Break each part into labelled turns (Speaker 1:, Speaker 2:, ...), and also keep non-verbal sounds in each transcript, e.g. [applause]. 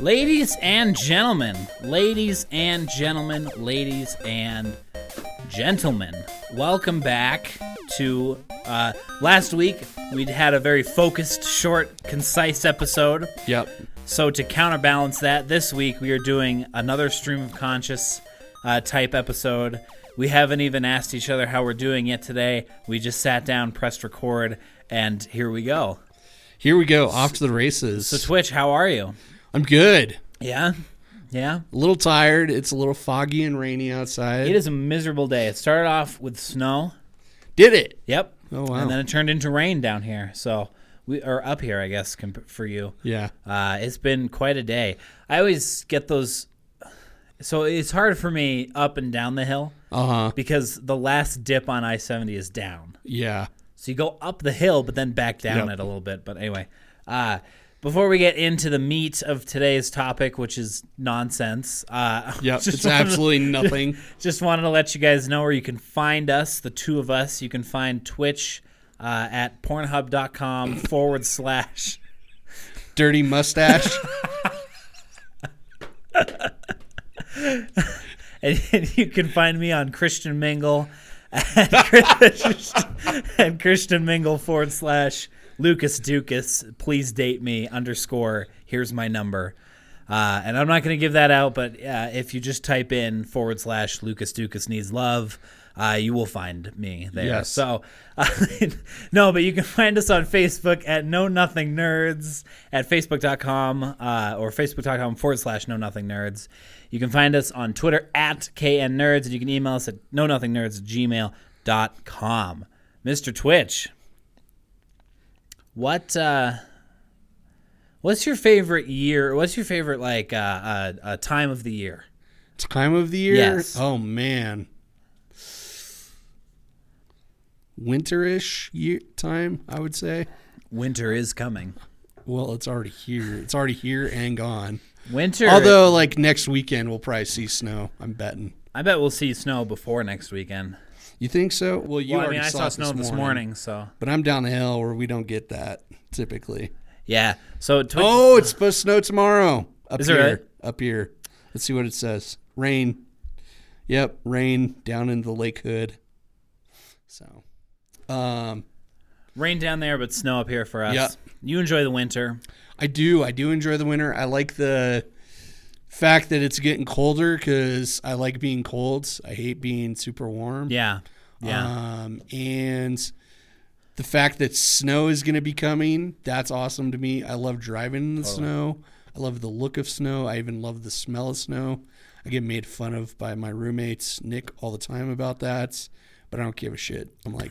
Speaker 1: Ladies and gentlemen, ladies and gentlemen, ladies and gentlemen, welcome back to uh, last week. We had a very focused, short, concise episode.
Speaker 2: Yep.
Speaker 1: So to counterbalance that, this week we are doing another stream of conscious uh, type episode. We haven't even asked each other how we're doing yet today. We just sat down, pressed record, and here we go.
Speaker 2: Here we go. Off to the races.
Speaker 1: Twitch, how are you?
Speaker 2: I'm good.
Speaker 1: Yeah, yeah.
Speaker 2: A little tired. It's a little foggy and rainy outside.
Speaker 1: It is a miserable day. It started off with snow.
Speaker 2: Did it?
Speaker 1: Yep.
Speaker 2: Oh, wow.
Speaker 1: And then it turned into rain down here. So we are up here, I guess, comp- for you.
Speaker 2: Yeah.
Speaker 1: Uh, it's been quite a day. I always get those. So it's hard for me up and down the hill
Speaker 2: Uh huh.
Speaker 1: because the last dip on I seventy is down.
Speaker 2: Yeah.
Speaker 1: So you go up the hill, but then back down
Speaker 2: Yep.
Speaker 1: it a little bit. But anyway, uh, before we get into the meat of today's topic, which is nonsense, uh, [laughs]
Speaker 2: Yep.
Speaker 1: just
Speaker 2: it's
Speaker 1: wanted to- [laughs]
Speaker 2: absolutely nothing.
Speaker 1: just wanted to let you guys know where you can find us, the two of us. You can find Twitch uh, at pornhub.com forward slash. [laughs]
Speaker 2: Dirty mustache.
Speaker 1: And, you can find me on Christian Mingle at, [laughs] Chris- at Christian Mingle forward slash Lucas Dukas. Please date me underscore. Here's my number. Uh, and I'm not going to give that out, but uh, if you just type in forward slash Lucas Dukas needs love, uh, you will find me there.
Speaker 2: Yes.
Speaker 1: So, uh, [laughs] no, but you can find us on Facebook at Know Nothing Nerds at facebook.com uh, or facebook.com forward slash Know Nothing Nerds. You can find us on Twitter at KN Nerds, and you can email us at Know Nothing Nerds gmail.com. Mr. Twitch, what. Uh, What's your favorite year? What's your favorite like uh, uh, uh, time of the year?
Speaker 2: Time of the year.
Speaker 1: Yes.
Speaker 2: Oh man. Winterish year time, I would say.
Speaker 1: Winter is coming.
Speaker 2: Well, it's already here. It's already here and gone.
Speaker 1: Winter.
Speaker 2: Although, like next weekend, we'll probably see snow. I'm betting.
Speaker 1: I bet we'll see snow before next weekend.
Speaker 2: You think so? Well, you
Speaker 1: Well, I
Speaker 2: already
Speaker 1: mean, I
Speaker 2: saw,
Speaker 1: saw
Speaker 2: it
Speaker 1: snow this morning. so
Speaker 2: but I'm down the hill where we don't get that typically.
Speaker 1: yeah. So Twitch,
Speaker 2: Oh, it's supposed to snow tomorrow. Up
Speaker 1: Is it
Speaker 2: here. Up here. Let's see what it says. Rain. Yep, rain down in the lake hood. So um
Speaker 1: rain down there, but snow up here for us.
Speaker 2: Yeah.
Speaker 1: You enjoy the winter.
Speaker 2: I do I do enjoy the winter. I like the fact that it's getting colder cuz I like being cold. I hate being super warm.
Speaker 1: Yeah. Yeah.
Speaker 2: Um and the fact that snow is going to be coming, that's awesome to me. I love driving in the snow. I love the look of snow. I even love the smell of snow. I get made fun of by my roommates, Nick, all the time about that, but I don't give a shit.
Speaker 1: [laughs]
Speaker 2: I'm like,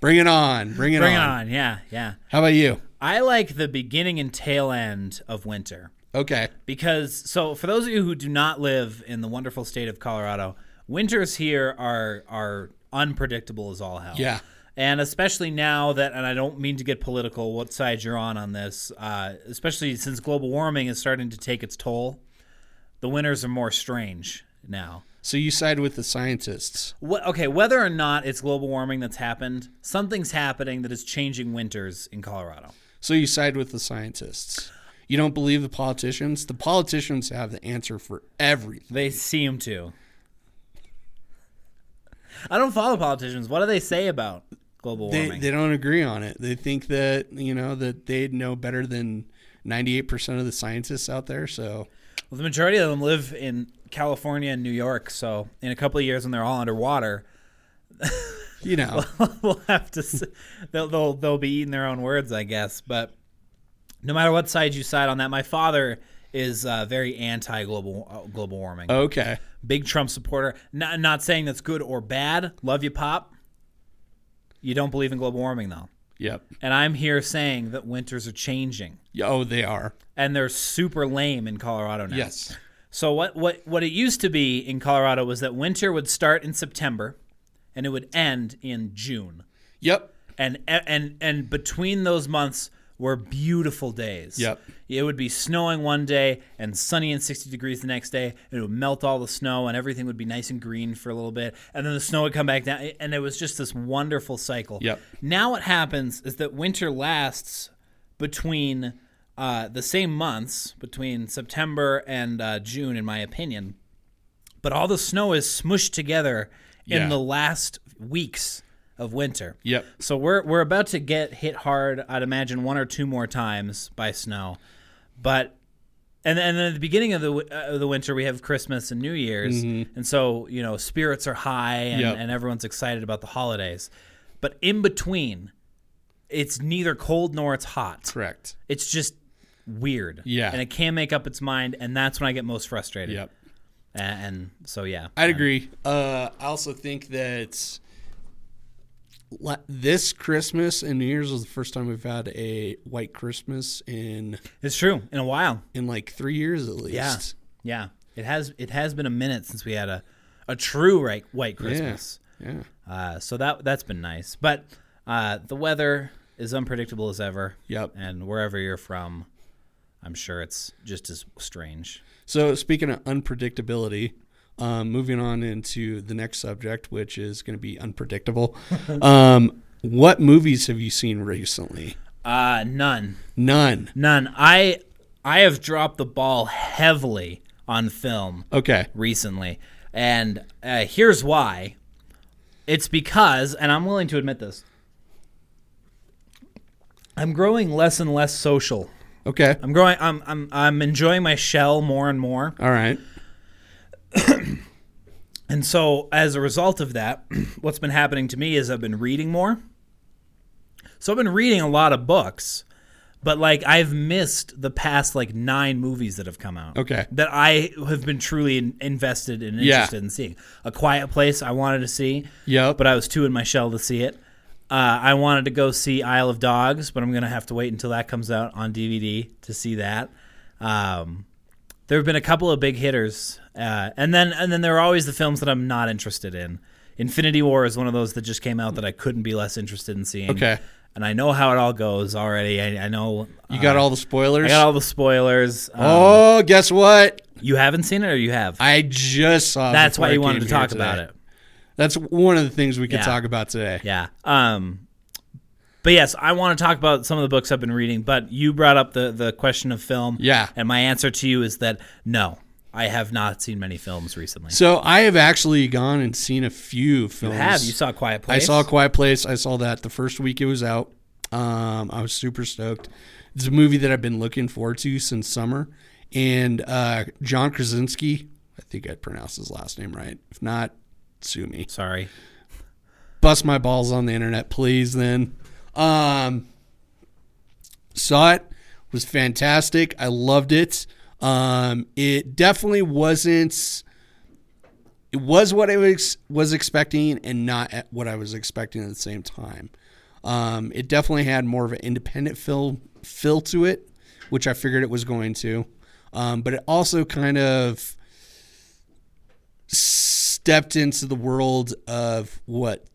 Speaker 2: bring it on, bring it
Speaker 1: Bring it
Speaker 2: on.
Speaker 1: on. Yeah. Yeah.
Speaker 2: How about you?
Speaker 1: I like the beginning and tail end of winter.
Speaker 2: Okay.
Speaker 1: because so for those of you who do not live in the wonderful state of Colorado, winters here are are unpredictable as all hell.
Speaker 2: Yeah.
Speaker 1: And especially now that, and I don't mean to get political, what side you're on on this, uh, especially since global warming is starting to take its toll, the winters are more strange now.
Speaker 2: So you side with the scientists.
Speaker 1: What, okay, whether or not it's global warming that's happened, something's happening that is changing winters in Colorado.
Speaker 2: So you side with the scientists. You don't believe the politicians? The politicians have the answer for everything.
Speaker 1: They seem to. I don't follow politicians. What do they say about global
Speaker 2: they,
Speaker 1: warming?
Speaker 2: they don't agree on it. They think that you know that they know better than ninety eight percent of the scientists out there. So
Speaker 1: well, the majority of them live in California and New York, so in a couple of years when they're all underwater, [laughs]
Speaker 2: you know,
Speaker 1: we'll have to s- they'll, they'll they'll be eating their own words, I guess. But no matter what side you side on that, my father is uh, very anti global uh, global warming.
Speaker 2: [laughs] okay,
Speaker 1: Big Trump supporter. Not not saying that's good or bad. Love you, pop. You don't believe in global warming though.
Speaker 2: yep.
Speaker 1: And I'm here saying that winters are changing
Speaker 2: Yeah, Oh, they are.
Speaker 1: and they're super lame in Colorado now.
Speaker 2: Yes.
Speaker 1: So what what what it used to be in Colorado was that winter would start in September and it would end in June.
Speaker 2: Yep.
Speaker 1: And and and between those months were beautiful days.
Speaker 2: Yep.
Speaker 1: It would be snowing one day and sunny and 60 degrees the next day. and It would melt all the snow and everything would be nice and green for a little bit. And then the snow would come back down. And it was just this wonderful cycle.
Speaker 2: Yep.
Speaker 1: Now what happens is that winter lasts between uh, the same months between September and uh, June, in my opinion. But all the snow is smushed together
Speaker 2: Yeah.
Speaker 1: in the last weeks of winter.
Speaker 2: Yep.
Speaker 1: So we're we're about to get hit hard. I'd imagine one or two more times by snow, but and and then at the beginning of the wi- uh, of the winter we have Christmas and New Year's, and so you know spirits are high and,
Speaker 2: Mm-hmm. Yep.
Speaker 1: and everyone's excited about the holidays, but in between, it's neither cold nor it's hot.
Speaker 2: Correct.
Speaker 1: It's just weird.
Speaker 2: Yeah.
Speaker 1: and it can't make up its mind, and that's when I get most frustrated.
Speaker 2: Yep.
Speaker 1: A- And, so yeah,
Speaker 2: I'd agree. Uh, I also think that la- this Christmas and New Year's was the first time we've had a white Christmas in
Speaker 1: it's true. In a while,
Speaker 2: in like three years at least.
Speaker 1: Yeah, yeah. It has it has been a minute since we had a a true right, white Christmas.
Speaker 2: Yeah.
Speaker 1: Uh, so that that's been nice. But uh, the weather is unpredictable as ever.
Speaker 2: Yep.
Speaker 1: And wherever you're from, I'm sure it's just as strange.
Speaker 2: So speaking of unpredictability, um, moving on into the next subject, which is going to be
Speaker 1: [laughs]
Speaker 2: unpredictable. um, what movies have you seen recently?
Speaker 1: Uh, none,
Speaker 2: None.
Speaker 1: none. I I have dropped the ball heavily on film
Speaker 2: Okay.
Speaker 1: recently, and uh, here's why. It's because, and I'm willing to admit this. I'm growing less and less social.
Speaker 2: Okay.
Speaker 1: I'm growing. I'm I'm I'm enjoying my shell more and more.
Speaker 2: All right.
Speaker 1: And so, as a result of that, [clears throat] what's been happening to me is I've been reading more. So I've been reading a lot of books, but like I've missed the past like nine movies that have come out.
Speaker 2: Okay.
Speaker 1: That I have been truly in- invested and
Speaker 2: Yeah.
Speaker 1: interested in seeing. A Quiet Place I wanted to see.
Speaker 2: Yep.
Speaker 1: But um, I was too in my shell to see it. Uh, I wanted to go see Isle of Dogs, but I'm gonna have to wait until that comes out on DVD to see that. Um, there have been a couple of big hitters, uh, and then and then there are always the films that I'm not interested in. Infinity War is one of those that just came out that I couldn't be less interested in seeing.
Speaker 2: Okay.
Speaker 1: and I know how it all goes already. I, I know uh,
Speaker 2: You got all the spoilers.
Speaker 1: I got all the spoilers. Um,
Speaker 2: oh, guess what?
Speaker 1: You haven't seen it, or you have?
Speaker 2: I just saw. it
Speaker 1: That's
Speaker 2: before
Speaker 1: why you
Speaker 2: I
Speaker 1: wanted
Speaker 2: came
Speaker 1: to
Speaker 2: here
Speaker 1: talk about
Speaker 2: today.
Speaker 1: it.
Speaker 2: That's one of the things we could
Speaker 1: Yeah.
Speaker 2: talk about today.
Speaker 1: Yeah. Um, but yes, I want to talk about some of the books I've been reading. But you brought up the the question of film.
Speaker 2: Yeah.
Speaker 1: And my answer to you is that no, I have not seen many films recently.
Speaker 2: So I have actually gone and seen a few films.
Speaker 1: have you saw Quiet
Speaker 2: I
Speaker 1: Place?
Speaker 2: saw a Quiet Place. I saw that the first week it was out. Um, I was super stoked. It's a movie that I've been looking forward to since summer. And uh, John Krasinski, I think I pronounced his last name right. If not, sue me.
Speaker 1: Sorry.
Speaker 2: bust my balls on the internet, please. Then, um, saw it was fantastic. I loved it. Um, it definitely wasn't. It was what I was was expecting, and not at what I was expecting at the same time. Um, it definitely had more of an independent feel feel to it, which I figured it was going to. Um, but it also kind of stepped into the world of what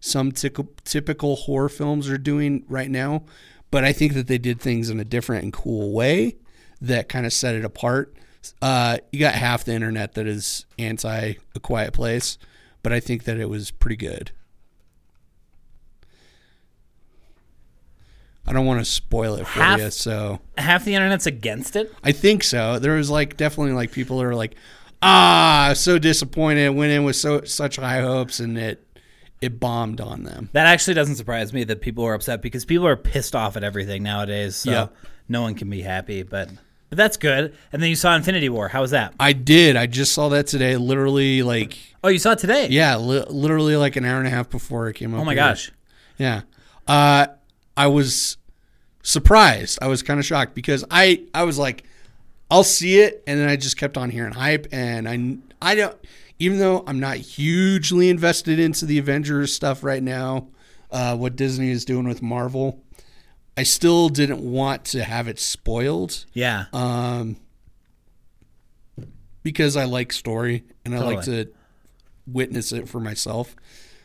Speaker 2: some tickle, typical horror films are doing right now, but I think that they did things in a different and cool way that kind of set it apart. Uh, you got half the internet that is anti A Quiet Place, but I think that it was pretty good. I don't want to spoil it for
Speaker 1: Half-
Speaker 2: you, so
Speaker 1: Half the internet's against it.
Speaker 2: I think so. There was like definitely like people that were like, ah, so disappointed. Went in with so such high hopes, and it it bombed on them.
Speaker 1: That actually doesn't surprise me that people are upset because people are pissed off at everything nowadays. So
Speaker 2: Yeah.
Speaker 1: no one can be happy, but but that's good. And then you saw Infinity War. How was that?
Speaker 2: I did. I just saw that today. Literally, like
Speaker 1: Oh, you saw it today.
Speaker 2: yeah, li- literally like an hour and a half before it came up.
Speaker 1: Oh my
Speaker 2: here.
Speaker 1: gosh.
Speaker 2: Yeah. Uh, I was surprised. I was kind of shocked because I I was like, I'll see it, and then I just kept on hearing hype, and I I don't even though I'm not hugely invested into the Avengers stuff right now, uh, what Disney is doing with Marvel, I still didn't want to have it spoiled
Speaker 1: Yeah.
Speaker 2: because I like story and I like
Speaker 1: Totally.
Speaker 2: to witness it for myself.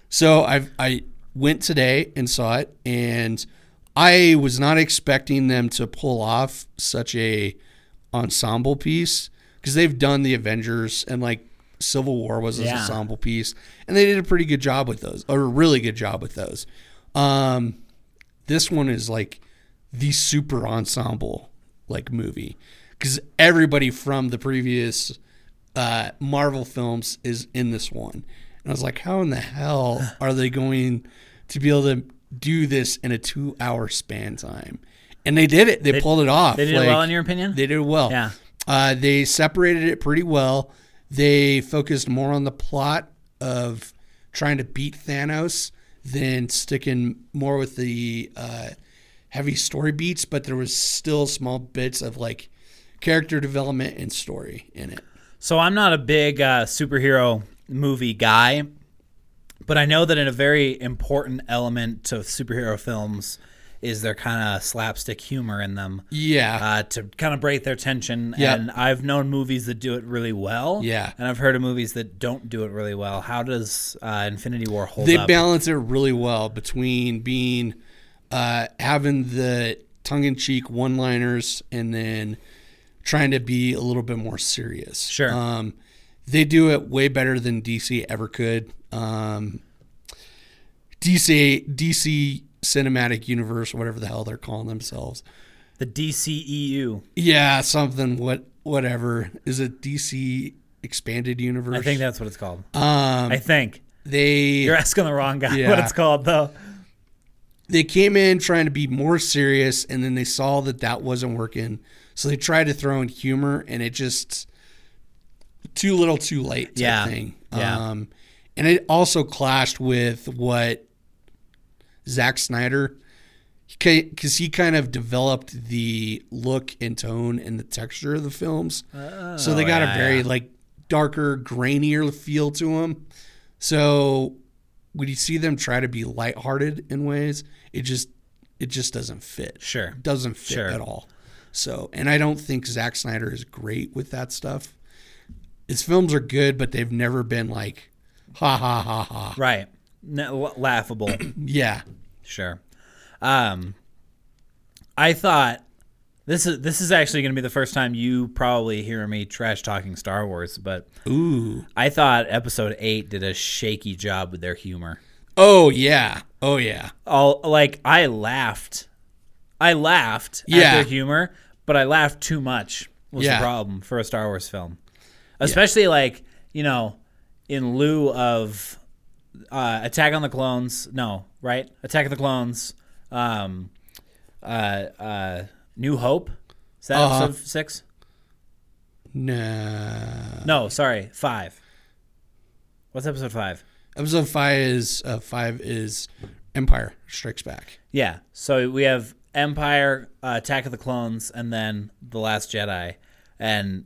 Speaker 2: So I I went today and saw it, and I was not expecting them to pull off such a ensemble piece because they've done the Avengers and like Civil War was an
Speaker 1: Yeah.
Speaker 2: ensemble piece, and they did a pretty good job with those, or a really good job with those. Um, this one is like the super ensemble like movie because everybody from the previous uh, Marvel films is in this one. And I was like, how in
Speaker 1: [sighs]
Speaker 2: the hell are they going to be able to do this in a two hour span time? And they did it. They, pulled it off.
Speaker 1: They did
Speaker 2: Like,
Speaker 1: it well, in your opinion?
Speaker 2: They did well.
Speaker 1: Yeah.
Speaker 2: Uh, they separated it pretty well. They focused more on the plot of trying to beat Thanos than sticking more with the uh, heavy story beats, but there was still small bits of like character development and story in it.
Speaker 1: So I'm not a big uh, superhero movie guy, but I know that in a very important element to superhero films is their kind of slapstick humor in them
Speaker 2: Yeah.
Speaker 1: uh, to kind of break their tension.
Speaker 2: Yep.
Speaker 1: And I've known movies that do it really well.
Speaker 2: Yeah.
Speaker 1: And I've heard of movies that don't do it really well. How does uh, Infinity War hold
Speaker 2: they
Speaker 1: up?
Speaker 2: balance it really well between being uh, having the tongue-in-cheek one-liners and then trying to be a little bit more serious.
Speaker 1: Sure.
Speaker 2: Um, they do it way better than DC ever could. Um, DC DC Cinematic Universe, whatever the hell they're calling themselves.
Speaker 1: the E DCEU.
Speaker 2: Yeah, something what whatever is it DC Expanded Universe?
Speaker 1: I think that's what it's called.
Speaker 2: um,
Speaker 1: I think.
Speaker 2: they
Speaker 1: You're asking the wrong guy [laughs] what
Speaker 2: Yeah.
Speaker 1: it's called, though.
Speaker 2: they came in trying to be more serious and then they saw that that wasn't working so they tried to throw in humor and it just too little too late type
Speaker 1: Yeah.
Speaker 2: thing
Speaker 1: Yeah.
Speaker 2: um and it also clashed with what Zack Snyder because he kind of developed the look and tone and the texture of the films so they got
Speaker 1: Oh, yeah,
Speaker 2: a very like darker grainier feel to them so when you see them try to be lighthearted in ways, it just it just doesn't fit.
Speaker 1: Sure.
Speaker 2: Doesn't fit
Speaker 1: Sure.
Speaker 2: at all. So and I don't think Zack Snyder is great with that stuff. His films are good, but they've never been like ha ha ha ha.
Speaker 1: Right. No, laughable.
Speaker 2: Yeah.
Speaker 1: Sure. Um, I thought this is this is actually going to be the first time you probably hear me trash talking Star Wars, but
Speaker 2: Ooh.
Speaker 1: I thought Episode Eight did a shaky job with their humor.
Speaker 2: Oh yeah. Oh yeah.
Speaker 1: All like I laughed, I laughed at
Speaker 2: Yeah.
Speaker 1: their humor, but I laughed too much was
Speaker 2: Yeah.
Speaker 1: the problem for a Star Wars film, especially like you know in lieu of uh, Attack on the Clones. No, right? Attack of the Clones. Um, uh, uh, New Hope. Is that
Speaker 2: Uh-huh.
Speaker 1: episode six?
Speaker 2: Nah.
Speaker 1: No, sorry, five. What's episode five?
Speaker 2: Episode five is uh, five is Empire Strikes Back.
Speaker 1: Yeah. So we have Empire, uh, Attack of the Clones, and then The Last Jedi. And,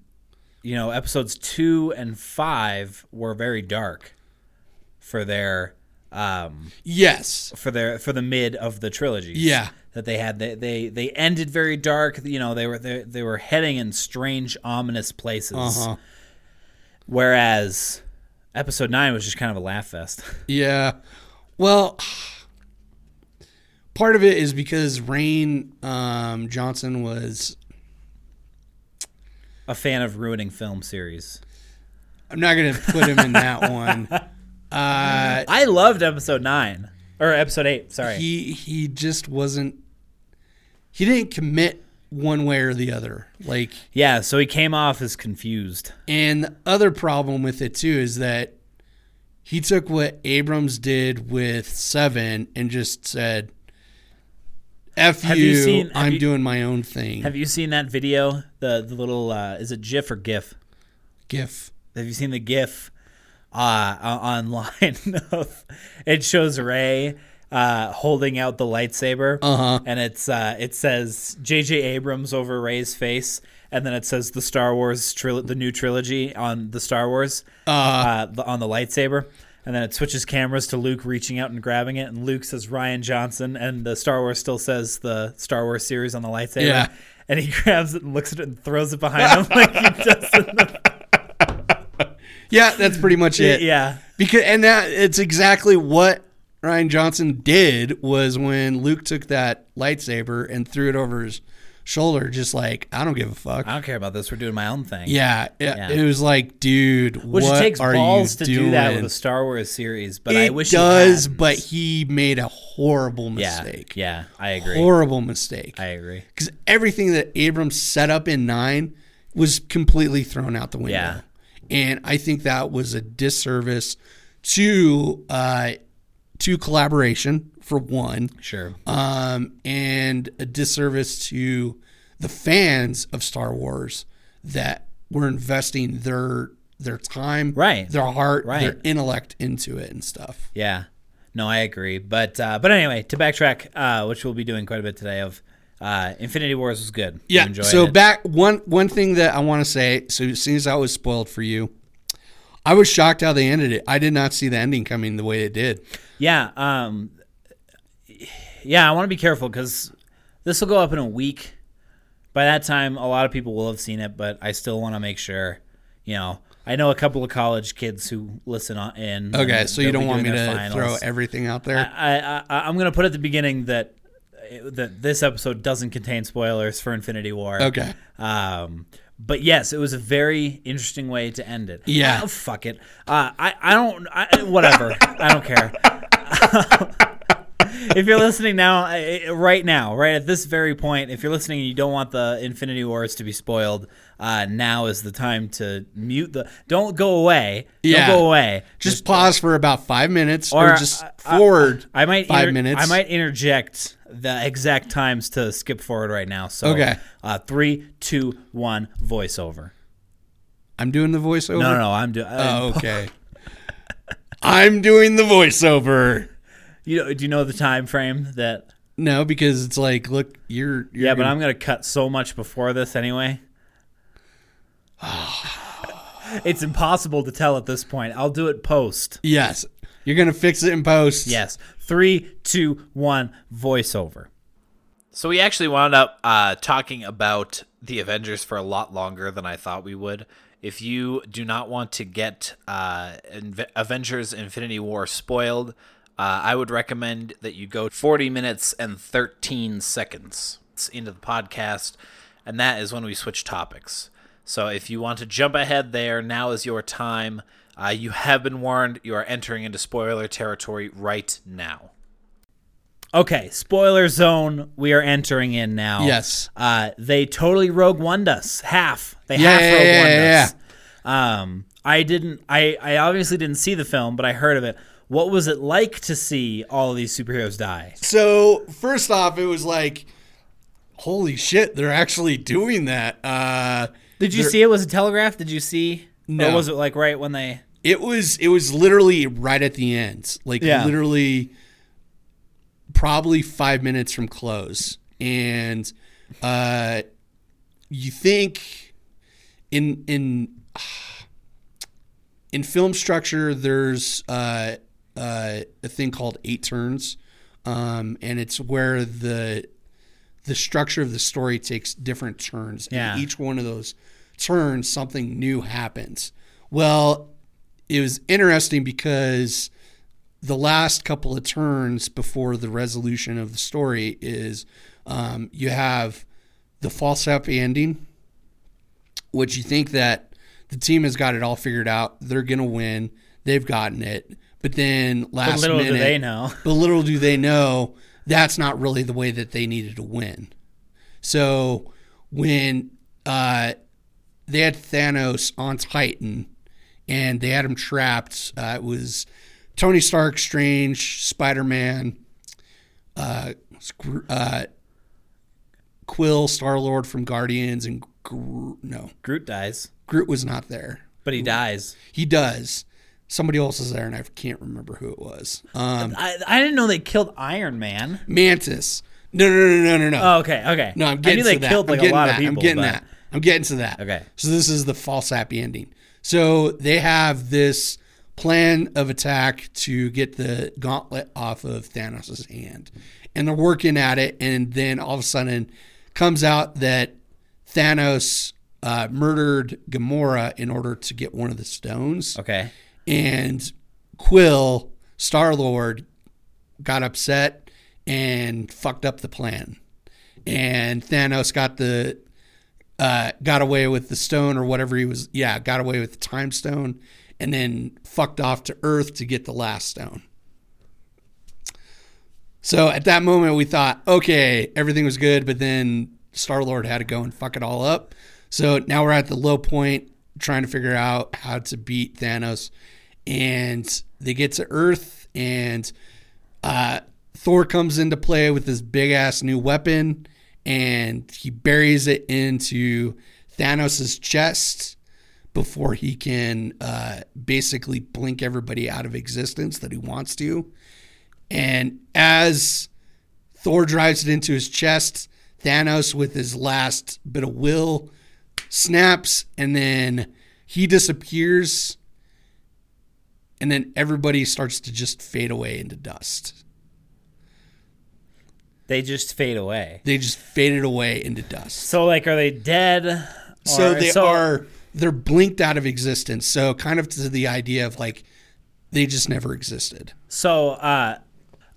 Speaker 1: you know, episodes two and five were very dark for their. Um,
Speaker 2: Yes.
Speaker 1: for their for the mid of the trilogy.
Speaker 2: Yeah.
Speaker 1: that they had. They they, they ended very dark. You know, they were they, they were heading in strange, ominous places.
Speaker 2: Uh-huh.
Speaker 1: Whereas episode nine was just kind of a laugh fest. [laughs]
Speaker 2: Yeah. Well, part of it is because Rain um, Johnson was.
Speaker 1: a fan of ruining film series.
Speaker 2: I'm not going to put him
Speaker 1: [laughs]
Speaker 2: in that one. Uh,
Speaker 1: I loved episode nine or episode eight. Sorry.
Speaker 2: he he just wasn't. He didn't commit one way or the other. Like,
Speaker 1: yeah. So he came off as confused.
Speaker 2: and the other problem with it too is that he took what Abrams did with Seven and just said, "F
Speaker 1: Have
Speaker 2: you,
Speaker 1: you seen- have
Speaker 2: I'm
Speaker 1: you-
Speaker 2: doing my own thing."
Speaker 1: Have you seen that video? The the little uh, is it GIF or GIF?
Speaker 2: GIF.
Speaker 1: Have you seen the GIF uh, o- online? [laughs] of- it shows Ray uh, holding out the lightsaber,
Speaker 2: Uh-huh.
Speaker 1: and it's uh, it says J.J. Abrams over Ray's face, and then it says the Star Wars tril- the new trilogy on the Star Wars uh.
Speaker 2: Uh-huh.
Speaker 1: the, on the lightsaber. And then it switches cameras to Luke reaching out and grabbing it, and Luke says Ryan Johnson, and the Star Wars still says the Star Wars series on the lightsaber.
Speaker 2: Yeah.
Speaker 1: And he [laughs] grabs it and looks at it and throws it
Speaker 2: [laughs]
Speaker 1: behind him like he does in the
Speaker 2: Yeah, that's pretty much it.
Speaker 1: yeah.
Speaker 2: Because and that it's exactly what Ryan Johnson did was when Luke took that lightsaber and threw it over his shoulder, just like I don't give a fuck.
Speaker 1: I don't care about this. We're doing my own thing.
Speaker 2: Yeah, it,
Speaker 1: Yeah.
Speaker 2: it was like, dude,
Speaker 1: Which
Speaker 2: what
Speaker 1: it takes
Speaker 2: are
Speaker 1: balls to
Speaker 2: you
Speaker 1: do that
Speaker 2: doing?
Speaker 1: with a Star Wars series, but
Speaker 2: it
Speaker 1: I wish he
Speaker 2: does,
Speaker 1: hadn't.
Speaker 2: but he made a horrible mistake.
Speaker 1: Yeah, yeah, I agree.
Speaker 2: horrible mistake.
Speaker 1: I agree.
Speaker 2: Because everything that Abrams set up in nine was completely thrown out the window.
Speaker 1: Yeah.
Speaker 2: And I think that was a disservice to uh, to collaboration for one,
Speaker 1: Sure.
Speaker 2: um, and a disservice to the fans of Star Wars that were investing their their time,
Speaker 1: Right.
Speaker 2: their heart,
Speaker 1: Right.
Speaker 2: their intellect into it and stuff.
Speaker 1: Yeah. No, I agree. But uh, but anyway, to backtrack, uh, which we'll be doing quite a bit today of uh, Infinity Wars was good. You
Speaker 2: Yeah.
Speaker 1: enjoyed
Speaker 2: so
Speaker 1: it.
Speaker 2: back one one thing that I want to say. So since I was spoiled for you, I was shocked how they ended it. I did not see the ending coming the way it did.
Speaker 1: yeah, um, yeah, I want to be careful because this will go up in a week. By that time, a lot of people will have seen it, but I still want to make sure. You know, I know a couple of college kids who listen on in.
Speaker 2: Okay,
Speaker 1: and
Speaker 2: so you
Speaker 1: they'll
Speaker 2: don't
Speaker 1: be
Speaker 2: want me
Speaker 1: doing
Speaker 2: to
Speaker 1: their
Speaker 2: throw
Speaker 1: finals.
Speaker 2: everything out there.
Speaker 1: I, I I'm gonna put at the beginning that that this episode doesn't contain spoilers for Infinity War.
Speaker 2: Okay.
Speaker 1: Um, but yes, it was a very interesting way to end it.
Speaker 2: Yeah.
Speaker 1: Oh, fuck it. Uh, I I don't I, whatever. I don't care. [laughs] if you're listening now, I- I- right now, right at this very point, if you're listening and you don't want the Infinity Wars to be spoiled, uh, now is the time to mute the. Don't go away.
Speaker 2: Yeah.
Speaker 1: Don't go away.
Speaker 2: Just, pause for about five minutes, or, just forward
Speaker 1: uh, I, might
Speaker 2: five
Speaker 1: inter-
Speaker 2: minutes.
Speaker 1: I might interject the exact times to skip forward right now. So
Speaker 2: Okay.
Speaker 1: uh, three, two, one, voiceover.
Speaker 2: I'm doing the voiceover.
Speaker 1: No, no, no I'm uh, doing.
Speaker 2: Oh, okay. I'm doing
Speaker 1: [laughs]
Speaker 2: the voiceover.
Speaker 1: You know, do you know the time frame that?
Speaker 2: No, because it's like, look, you're, you're
Speaker 1: Yeah, but
Speaker 2: gonna-
Speaker 1: I'm gonna cut so much before this anyway. [sighs] it's impossible to tell at this point. I'll do it post.
Speaker 2: yes, you're gonna fix it in post.
Speaker 1: Yes. Three, two, one, voiceover. So we actually wound up uh, talking about the Avengers for a lot longer than I thought we would. If you do not want to get uh, Inve- Avengers Infinity War spoiled, uh, I would recommend that you go 40 minutes and 13 seconds into the podcast, and that is when we switch topics. So if you want to jump ahead there, now is your time. Uh, you have been warned. You are entering into spoiler territory right now. Okay, spoiler zone. We are entering in now.
Speaker 2: Yes.
Speaker 1: Uh, they totally Rogue One us. Half. They
Speaker 2: Yeah,
Speaker 1: half
Speaker 2: yeah,
Speaker 1: Rogue
Speaker 2: yeah,
Speaker 1: One
Speaker 2: yeah,
Speaker 1: us. Um, I didn't. I I obviously didn't see the film, but I heard of it. What was it like to see all of these superheroes die?
Speaker 2: So first off, it was like, holy shit, they're actually doing that. Uh,
Speaker 1: Did you see it? Was it telegraph? Did you see?
Speaker 2: No.
Speaker 1: Or was it like right when they?
Speaker 2: it was it was literally right at the end, like
Speaker 1: Yeah.
Speaker 2: literally, probably five minutes from close, and uh, you think in in in film structure, there's uh, uh, a thing called eight turns, um, and it's where the the structure of the story takes different turns.
Speaker 1: Yeah.
Speaker 2: And each one of those turns, something new happens. Well, it was interesting because the last couple of turns before the resolution of the story is um, you have the false happy ending which you think that the team has got it all figured out. They're gonna win. They've gotten it. But then last
Speaker 1: But little
Speaker 2: minute,
Speaker 1: do they know. [laughs]
Speaker 2: but little do they know that's not really the way that they needed to win. So when uh, they had Thanos on Titan and they had him trapped, uh, it was Tony Stark, Strange, Spider Man, uh, Scr- uh, Quill, Star Lord from Guardians, and Gro- no,
Speaker 1: Groot dies,
Speaker 2: Groot was not there.
Speaker 1: but he dies.
Speaker 2: He does. Somebody else is there, and I can't remember who it was. Um,
Speaker 1: I I didn't know they killed Iron Man.
Speaker 2: Mantis. No, no, no, no, no, no.
Speaker 1: Oh, okay, okay.
Speaker 2: no, I'm getting
Speaker 1: I knew they
Speaker 2: to that.
Speaker 1: killed
Speaker 2: I'm
Speaker 1: like a
Speaker 2: getting
Speaker 1: lot
Speaker 2: that.
Speaker 1: of people.
Speaker 2: I'm getting
Speaker 1: but-
Speaker 2: that. I'm getting to that.
Speaker 1: Okay.
Speaker 2: So this is the false happy ending. So they have this plan of attack to get the gauntlet off of Thanos' hand. And they're working at it, and then all of a sudden comes out that Thanos uh, murdered Gamora in order to get one of the stones
Speaker 1: Okay.
Speaker 2: and Quill, Star Lord, got upset and fucked up the plan. and Thanos got the uh, got away with the stone or whatever he was. Yeah, got away with the time stone, and then fucked off to Earth to get the last stone. So at that moment, we thought, okay, everything was good, but then Star Lord had to go and fuck it all up. So now we're at the low point, trying to figure out how to beat Thanos, and they get to Earth, and uh, Thor comes into play with this big ass new weapon, and he buries it into Thanos' chest before he can uh, basically blink everybody out of existence that he wants to. And as Thor drives it into his chest, Thanos, with his last bit of will, snaps and then he disappears. And then everybody starts to just fade away into dust.
Speaker 1: They just fade away.
Speaker 2: They just faded away into dust.
Speaker 1: So like, are they dead? Or-
Speaker 2: so they are, they're blinked out of existence. So, kind of to the idea of like, they just never existed.
Speaker 1: So, uh,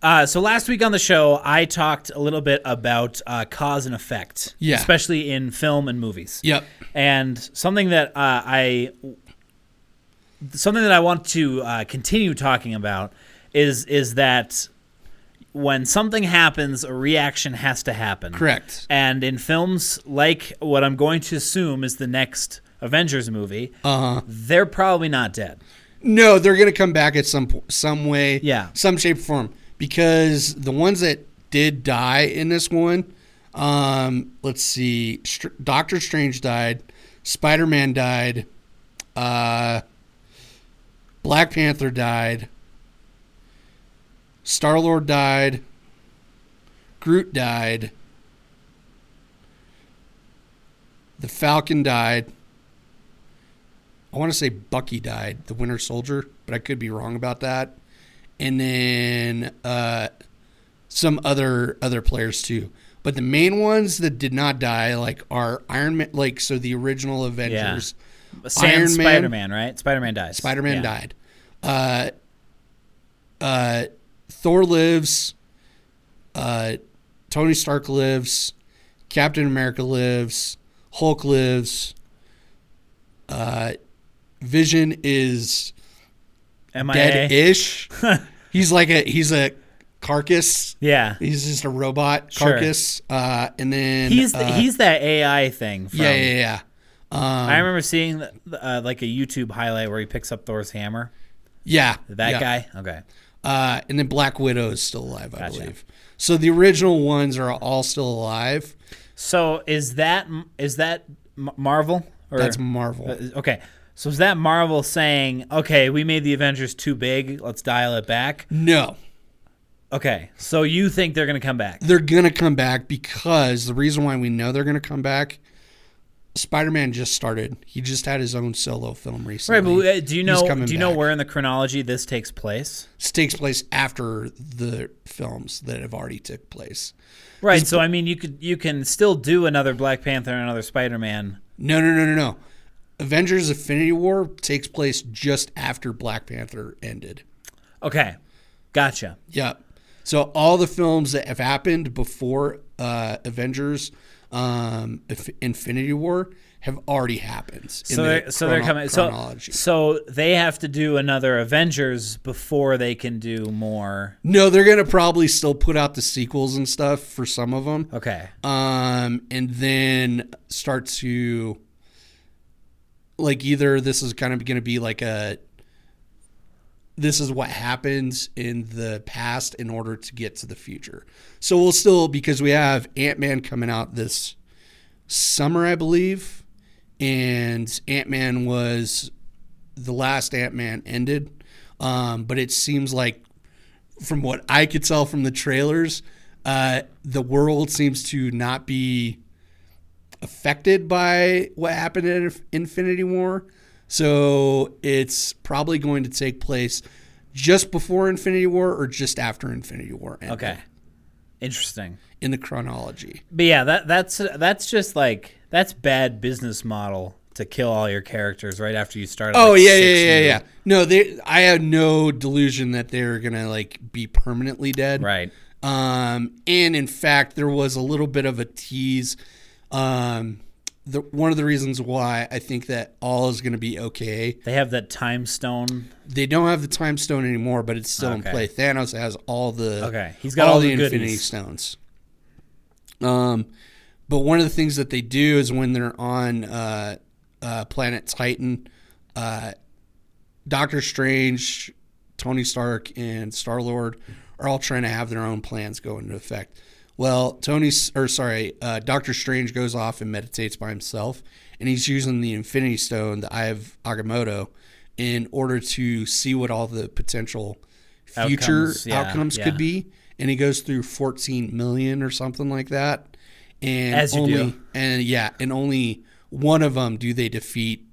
Speaker 1: uh, so last week on the show, I talked a little bit about uh, cause and effect,
Speaker 2: Yeah.
Speaker 1: especially in film and movies.
Speaker 2: Yep.
Speaker 1: And something that uh, I something that I want to uh, continue talking about is is that when something happens, a reaction has to happen.
Speaker 2: Correct.
Speaker 1: And in films like what I'm going to assume is the next Avengers movie,
Speaker 2: Um,
Speaker 1: uh they're probably not dead.
Speaker 2: No, they're going to come back at some po- some way,
Speaker 1: Yeah.
Speaker 2: some shape or form. Because the ones that did die in this one, um, let's see, Str- Doctor Strange died, Spider Man died, uh, Black Panther died, Star Lord died, Groot died, the Falcon died. I want to say Bucky died, the Winter Soldier, but I could be wrong about that. And then uh, some other other players too. But the main ones that did not die, like are Iron Man, like so the original Avengers. Iron Man.
Speaker 1: Sans Spider Man, right? Spider Man dies.
Speaker 2: Spider Man
Speaker 1: Yeah.
Speaker 2: died. Uh, uh, Thor lives. Uh, Tony Stark lives. Captain America lives. Hulk lives. Uh, Vision is
Speaker 1: MIA. [laughs]
Speaker 2: dead-ish. he's like a he's a carcass.
Speaker 1: Yeah.
Speaker 2: He's just a robot
Speaker 1: Sure.
Speaker 2: carcass. Uh, and then
Speaker 1: He's
Speaker 2: uh,
Speaker 1: he's that AI thing. From,
Speaker 2: yeah yeah yeah.
Speaker 1: I remember seeing uh, like a YouTube highlight where he picks up Thor's hammer.
Speaker 2: Yeah,
Speaker 1: That
Speaker 2: yeah.
Speaker 1: guy. Okay.
Speaker 2: Uh, and then Black Widow is still alive, I believe. So the original ones are all still alive.
Speaker 1: So is that is that M- Marvel? Or,
Speaker 2: That's Marvel.
Speaker 1: Uh, okay. So is that Marvel saying, okay, we made the Avengers too big, let's dial it back?
Speaker 2: no,
Speaker 1: Okay. So you think they're gonna come back?
Speaker 2: they're gonna come back because the reason why we know they're gonna come back. Spider Man just started. He just had his own solo film recently.
Speaker 1: Right, but uh, do you
Speaker 2: He's
Speaker 1: know do
Speaker 2: coming
Speaker 1: you know
Speaker 2: back.
Speaker 1: where in the chronology this takes place?
Speaker 2: This takes place after the films that have already took place.
Speaker 1: Right, so I mean you could you can still do another Black Panther and another Spider-Man.
Speaker 2: No, no, no, no, no. Avengers: Infinity War takes place just after Black Panther ended.
Speaker 1: Okay. Gotcha.
Speaker 2: Yep. So all the films that have happened before uh, Avengers, um, Inf- Infinity War, have already happened. in
Speaker 1: So
Speaker 2: the
Speaker 1: they're, so they're
Speaker 2: chrono-
Speaker 1: coming. So,
Speaker 2: chronology.
Speaker 1: so they have to do another Avengers before they can do more.
Speaker 2: no, they're gonna probably still put out the sequels and stuff for some of them,
Speaker 1: Okay.
Speaker 2: um, and then start to like either this is kind of gonna be like a this is what happens in the past in order to get to the future. So we'll still because we have Ant Man coming out this summer, I believe, and Ant Man was the last Ant Man ended, um, but it seems like from what I could tell from the trailers, uh, the world seems to not be affected by what happened in Inf- Infinity War. So it's probably going to take place just before Infinity War or just after Infinity War. ended
Speaker 1: Okay. Interesting.
Speaker 2: In the chronology.
Speaker 1: But yeah, that that's that's just like that's bad business model to kill all your characters right after you start.
Speaker 2: Oh yeah, yeah, yeah, yeah. No, they. I have no delusion that they're gonna like be permanently dead.
Speaker 1: Right.
Speaker 2: Um, and in fact, there was a little bit of a tease. Um, the, one of the reasons why I think that all is going to be okay.
Speaker 1: They have that time stone.
Speaker 2: They don't have the time stone anymore, but it's still in
Speaker 1: Okay.
Speaker 2: play. Thanos has all the
Speaker 1: Okay, he's got all the goodies.
Speaker 2: Infinity Stones. Um, but one of the things that they do is when they're on uh, uh, planet Titan, uh, Doctor Strange, Tony Stark, and Star Lord are all trying to have their own plans go into effect. Well, Tony, or sorry, uh, Doctor Strange goes off and meditates by himself, and he's using the Infinity Stone, the Eye of Agamotto, in order to see what all the potential future outcomes,
Speaker 1: Outcomes, yeah,
Speaker 2: could
Speaker 1: yeah.
Speaker 2: be. And he goes through 14 million or something like that. And
Speaker 1: As you
Speaker 2: only,
Speaker 1: do.
Speaker 2: And yeah, and only one of them do they defeat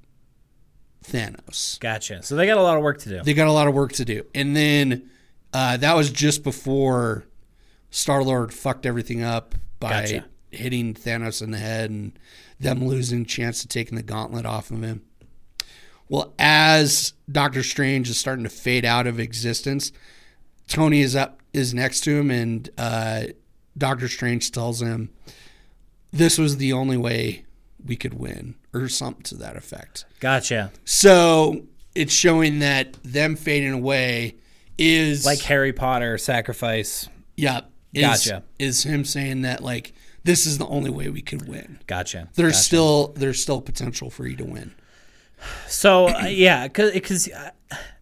Speaker 2: Thanos
Speaker 1: Gotcha. So they got a lot of work to do.
Speaker 2: they got a lot of work to do. And then uh, that was just before Star Lord fucked everything up by
Speaker 1: Gotcha.
Speaker 2: hitting Thanos in the head and them losing chance to taking the gauntlet off of him. Well, as Doctor Strange is starting to fade out of existence, Tony is up is next to him, and uh, Doctor Strange tells him, "This was the only way we could win," or something to that effect.
Speaker 1: Gotcha.
Speaker 2: So it's showing that them fading away is
Speaker 1: Like Harry Potter sacrifice.
Speaker 2: yeah, is,
Speaker 1: Gotcha.
Speaker 2: is him saying that like this is the only way we could win.
Speaker 1: Gotcha.
Speaker 2: There's still there's still potential for you to win.
Speaker 1: So uh, yeah, because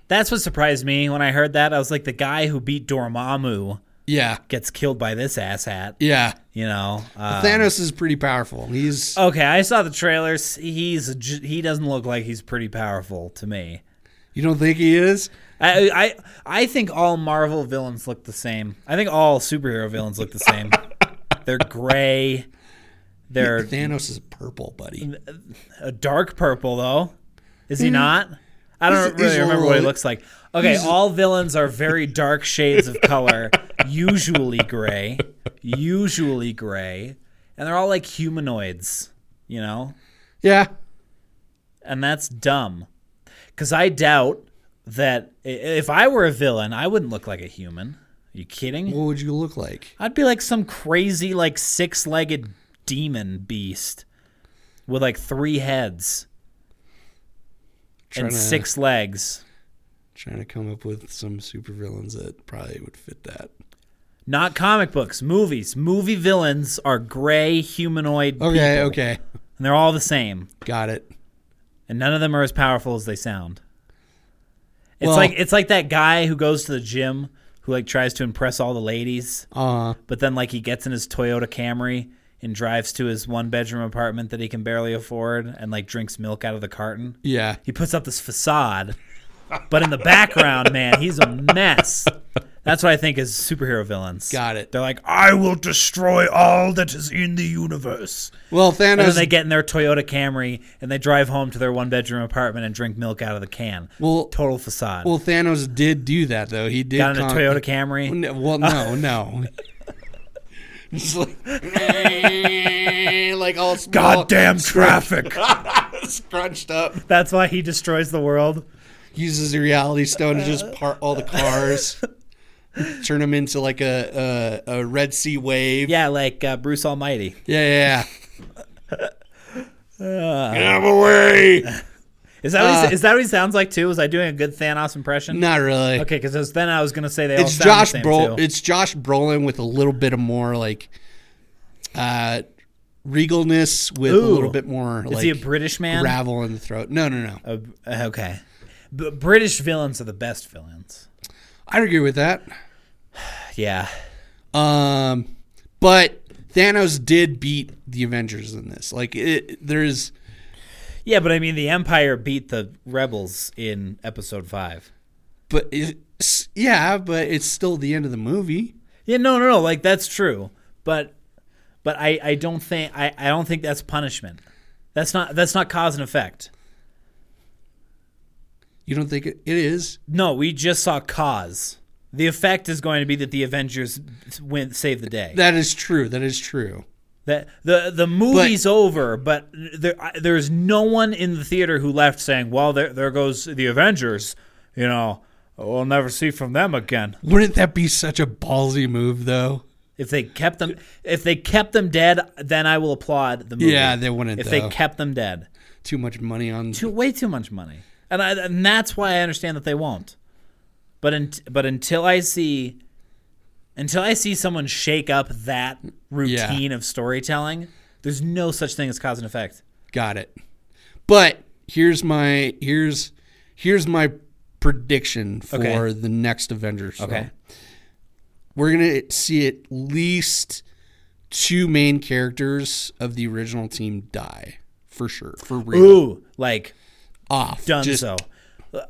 Speaker 1: that's what surprised me when I heard that. I was like, the guy who beat Dormammu
Speaker 2: Yeah,
Speaker 1: gets killed by this asshat.
Speaker 2: yeah.
Speaker 1: You know. Uh,
Speaker 2: Thanos is pretty powerful. He's
Speaker 1: okay, I saw the trailers. He's j- he doesn't look like he's pretty powerful to me.
Speaker 2: you don't think he is?
Speaker 1: I, I I think all Marvel villains look the same. I think all superhero villains look the same. They're gray. They're
Speaker 2: Thanos is purple, buddy.
Speaker 1: a dark purple though. Is he not? I don't
Speaker 2: Hmm. He's-
Speaker 1: really
Speaker 2: he's a
Speaker 1: remember
Speaker 2: little-
Speaker 1: what he looks like. Okay,
Speaker 2: he's-
Speaker 1: all villains are very dark shades of
Speaker 2: [laughs]
Speaker 1: color, usually gray, usually gray, and they're all like humanoids, you know?
Speaker 2: Yeah.
Speaker 1: and that's dumb because i doubt that i- if i were a villain i wouldn't look like a human are you kidding
Speaker 2: What would you look like?
Speaker 1: i'd be like some crazy like six-legged demon beast with like three heads
Speaker 2: Trying
Speaker 1: and
Speaker 2: to-
Speaker 1: six legs
Speaker 2: Trying to come up with some supervillains that probably would fit that.
Speaker 1: not comic books movies movie villains are gray humanoid
Speaker 2: Okay,
Speaker 1: people,
Speaker 2: okay.
Speaker 1: and they're all the same
Speaker 2: Got it.
Speaker 1: and none of them are as powerful as they sound. It's
Speaker 2: Well-
Speaker 1: like it's like that guy who goes to the gym who like tries to impress all the ladies,
Speaker 2: Uh
Speaker 1: but then like he gets in his Toyota Camry and drives to his one bedroom apartment that he can barely afford and like drinks milk out of the carton.
Speaker 2: yeah.
Speaker 1: He puts up this facade, but in the background, man, he's a mess. That's what I think is superhero villains.
Speaker 2: Got it.
Speaker 1: They're like, I will destroy all that is in the universe.
Speaker 2: Well,
Speaker 1: And
Speaker 2: Thanos
Speaker 1: then they get in their Toyota Camry and they drive home to their one bedroom apartment and drink milk out of the can.
Speaker 2: Well-
Speaker 1: total facade.
Speaker 2: Well, Thanos did do that though. He did.
Speaker 1: Got in a
Speaker 2: con- Oh,
Speaker 1: Toyota
Speaker 2: [laughs]
Speaker 1: Camry.
Speaker 2: No, well, no, no.
Speaker 1: [laughs]
Speaker 2: Just like, [laughs] like all small, [laughs]
Speaker 1: Goddamn traffic.
Speaker 2: scrunched up.
Speaker 1: That's why he destroys the world.
Speaker 2: Uses the reality stone to just part all
Speaker 1: [laughs]
Speaker 2: the cars, turn them into like a a, a Red Sea wave.
Speaker 1: Yeah, like uh, Bruce Almighty.
Speaker 2: yeah, yeah.
Speaker 1: [laughs] Ah.
Speaker 2: yeah. Get out of my way!
Speaker 1: Is that
Speaker 2: Uh,
Speaker 1: what he, is that what he sounds like too? Was I doing a good Thanos impression?
Speaker 2: Not really.
Speaker 1: Okay, because then I was gonna say they all
Speaker 2: it's
Speaker 1: sound the
Speaker 2: Josh
Speaker 1: same
Speaker 2: Bro.
Speaker 1: too.
Speaker 2: It's Josh Brolin with a little bit of more like uh regalness with a
Speaker 1: Ooh.
Speaker 2: little bit more like
Speaker 1: Is he a British man?
Speaker 2: gravel in the throat. No, no, no.
Speaker 1: Uh, okay, B- British villains are the best villains.
Speaker 2: I'd agree with that.
Speaker 1: Yeah,
Speaker 2: Um, but Thanos did beat the Avengers in this. Like it, there's
Speaker 1: yeah, but I mean, the Empire beat the rebels in Episode Five.
Speaker 2: but it's, yeah, but it's still the end of the movie.
Speaker 1: Yeah, no, no, no. Like that's true, but but I I don't think I I don't think that's punishment. That's not that's not cause and effect.
Speaker 2: You don't think it, it is?
Speaker 1: No, we just saw cause. The effect is going to be that the Avengers win save the day.
Speaker 2: That is true. That is true.
Speaker 1: That the the movie's over, but there I- there's no one in the theater who left saying, "Well, there there goes the Avengers," you know. We'll never see from them again.
Speaker 2: Wouldn't that be such a ballsy move, though?
Speaker 1: If they kept them, if they kept them dead, then I will applaud the movie.
Speaker 2: Yeah, they wouldn't,
Speaker 1: If
Speaker 2: though.
Speaker 1: they kept them dead,
Speaker 2: Too much money on.
Speaker 1: too way too much money, and I, and that's why I understand that they won't. But in, but until I see, until I see someone shake up that routine of storytelling, there's no such thing as cause and effect.
Speaker 2: Got it. But here's my here's here's my prediction for
Speaker 1: Okay.
Speaker 2: the next Avengers. film.
Speaker 1: Okay.
Speaker 2: We're gonna see at least two main characters of the original team die for sure. For real,
Speaker 1: Ooh, like
Speaker 2: off.
Speaker 1: done
Speaker 2: Just-
Speaker 1: so.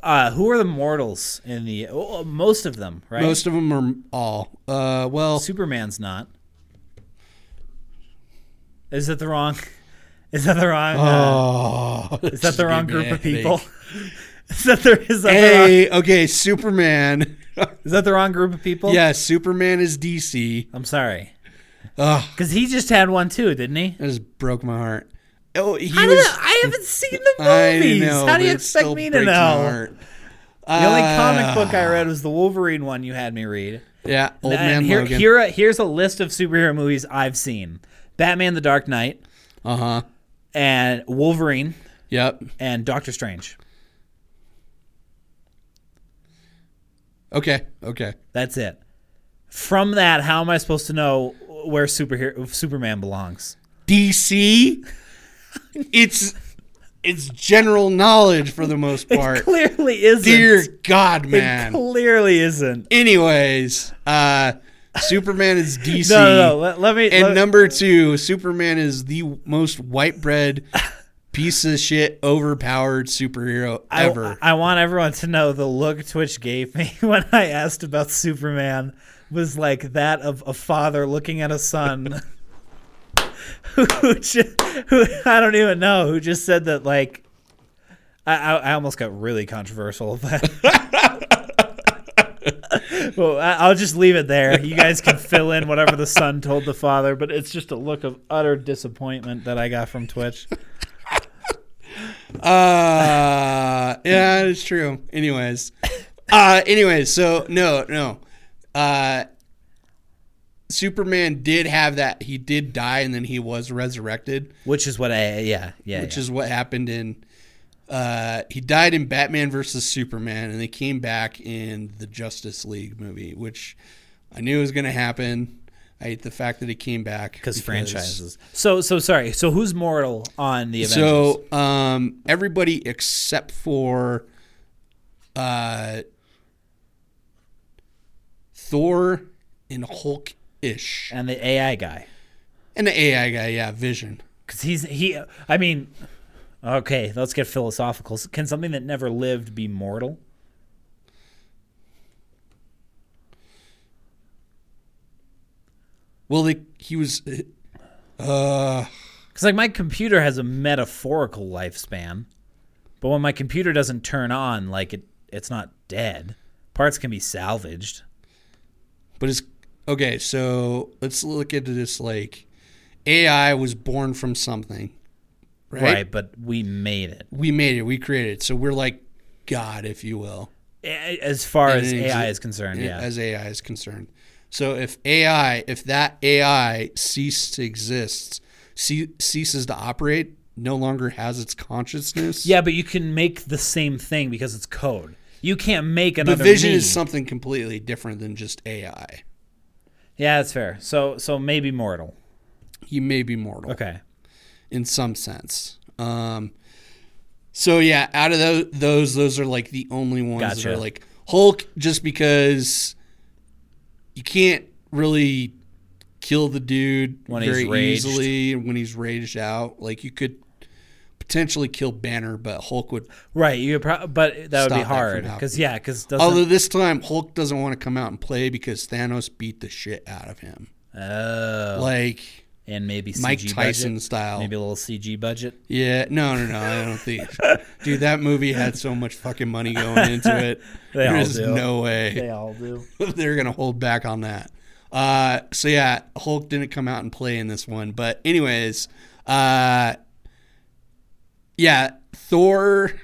Speaker 1: Uh, who are the mortals in the? Oh, most of them, right?
Speaker 2: Most of them are all. Uh, well,
Speaker 1: Superman's not. Is that the wrong? Is that the wrong? uh,
Speaker 2: oh,
Speaker 1: is that the wrong
Speaker 2: giving
Speaker 1: group
Speaker 2: me
Speaker 1: of people?
Speaker 2: a
Speaker 1: [laughs] is that the is that, the wrong, [laughs]
Speaker 2: Hey, okay, Superman. [laughs]
Speaker 1: is that the wrong group of people?
Speaker 2: yeah, Superman is DC.
Speaker 1: I'm sorry,
Speaker 2: Ugh,
Speaker 1: because he just had one too, didn't he?
Speaker 2: that just broke my heart. Oh, he
Speaker 1: I,
Speaker 2: was.
Speaker 1: don't know. I haven't seen the
Speaker 2: I
Speaker 1: movies.
Speaker 2: know.
Speaker 1: How do you
Speaker 2: but it
Speaker 1: expect
Speaker 2: still
Speaker 1: me to
Speaker 2: breaks my
Speaker 1: know?
Speaker 2: heart.
Speaker 1: The only
Speaker 2: Uh,
Speaker 1: comic book I read was the Wolverine one you had me read.
Speaker 2: Yeah, old man
Speaker 1: and here,
Speaker 2: Logan.
Speaker 1: here, uh, here's a list of superhero movies I've seen: Batman: The Dark Knight,
Speaker 2: uh huh.
Speaker 1: and Wolverine,
Speaker 2: Yep.
Speaker 1: and Doctor Strange.
Speaker 2: Okay. Okay.
Speaker 1: That's it. From that, how am I supposed to know where superhero Superman belongs? [laughs]
Speaker 2: DC. it's it's general knowledge for
Speaker 1: [laughs]
Speaker 2: the most part.
Speaker 1: Clearly isn't.
Speaker 2: Dear God,
Speaker 1: it
Speaker 2: man.
Speaker 1: clearly isn't.
Speaker 2: Anyways, uh, Superman is DC.
Speaker 1: [laughs] No, no, no. Let, let me.
Speaker 2: And
Speaker 1: let-
Speaker 2: number two, Superman is the most white bread piece of shit, overpowered superhero
Speaker 1: I,
Speaker 2: ever.
Speaker 1: I want everyone to know the look Twitch gave me [laughs] when I asked about Superman was like that of a father looking at a son [laughs] who, just, who I don't even know who just said that like I, I, I almost got really controversial but [laughs] well I, I'll just leave it there you guys can fill in whatever the son told the father but it's just a look of utter disappointment that I got from Twitch
Speaker 2: Uh, yeah, it's true.
Speaker 1: [laughs]
Speaker 2: Anyways, uh, anyways, so no, no, uh, Superman did have that. He did die, and then he was resurrected,
Speaker 1: which is what I yeah yeah
Speaker 2: which is what happened in. Uh, he died in Batman versus Superman, and they came back in the Justice League movie, which I knew was going to happen. I hate the fact that he came back
Speaker 1: because franchises. So so sorry. So who's mortal on the Avengers?
Speaker 2: So um, everybody except for uh, Thor and Hulk ish,
Speaker 1: and the AI guy
Speaker 2: and the AI guy, yeah, Vision.
Speaker 1: because he's he. I mean, okay, let's get philosophical. Can something that never lived be mortal?
Speaker 2: Well, they, he was. Uh,
Speaker 1: Because like my computer has a metaphorical lifespan, but when my computer doesn't turn on, like it, it's not dead. Parts can be salvaged.
Speaker 2: but it's okay. So let's look into this. Like AI was born from something, right?
Speaker 1: Right, but we made it.
Speaker 2: We made it. We created it. So we're like God, if you will.
Speaker 1: A- As far as
Speaker 2: And it
Speaker 1: AI
Speaker 2: exi-
Speaker 1: is concerned, yeah.
Speaker 2: as AI is concerned. So if AI, if that AI ceased to exist, ce- ceases to operate, no longer has its consciousness.
Speaker 1: yeah, but you can make the same thing because it's code. You can't make another
Speaker 2: But vision
Speaker 1: me.
Speaker 2: is something completely different than just AI.
Speaker 1: Yeah, that's fair. So so maybe mortal.
Speaker 2: He may be mortal
Speaker 1: Okay.
Speaker 2: in some sense. Um, so yeah, out of those, those, those are like the only ones that
Speaker 1: Gotcha.
Speaker 2: are like Hulk, just because you can't really kill the dude
Speaker 1: When he's
Speaker 2: very
Speaker 1: raged.
Speaker 2: easily when he's raged out. Like you could potentially kill Banner, but Hulk would.
Speaker 1: Right. You could pro- but that would
Speaker 2: Stop
Speaker 1: be
Speaker 2: that
Speaker 1: hard
Speaker 2: from
Speaker 1: because yeah, because doesn't.
Speaker 2: Although this time Hulk doesn't want to come out and play because Thanos beat the shit out of him,
Speaker 1: oh,
Speaker 2: like
Speaker 1: and maybe CG
Speaker 2: Mike Tyson
Speaker 1: budget.
Speaker 2: style.
Speaker 1: Maybe a little CG budget.
Speaker 2: Yeah, no, no, no. I don't think, dude. That movie had so much fucking money going into it.
Speaker 1: [laughs] They all
Speaker 2: There's
Speaker 1: do.
Speaker 2: no way
Speaker 1: all do.
Speaker 2: [laughs] they're gonna hold back on that. Uh, so yeah, Hulk didn't come out and play in this one, but anyways, uh, yeah, Thor,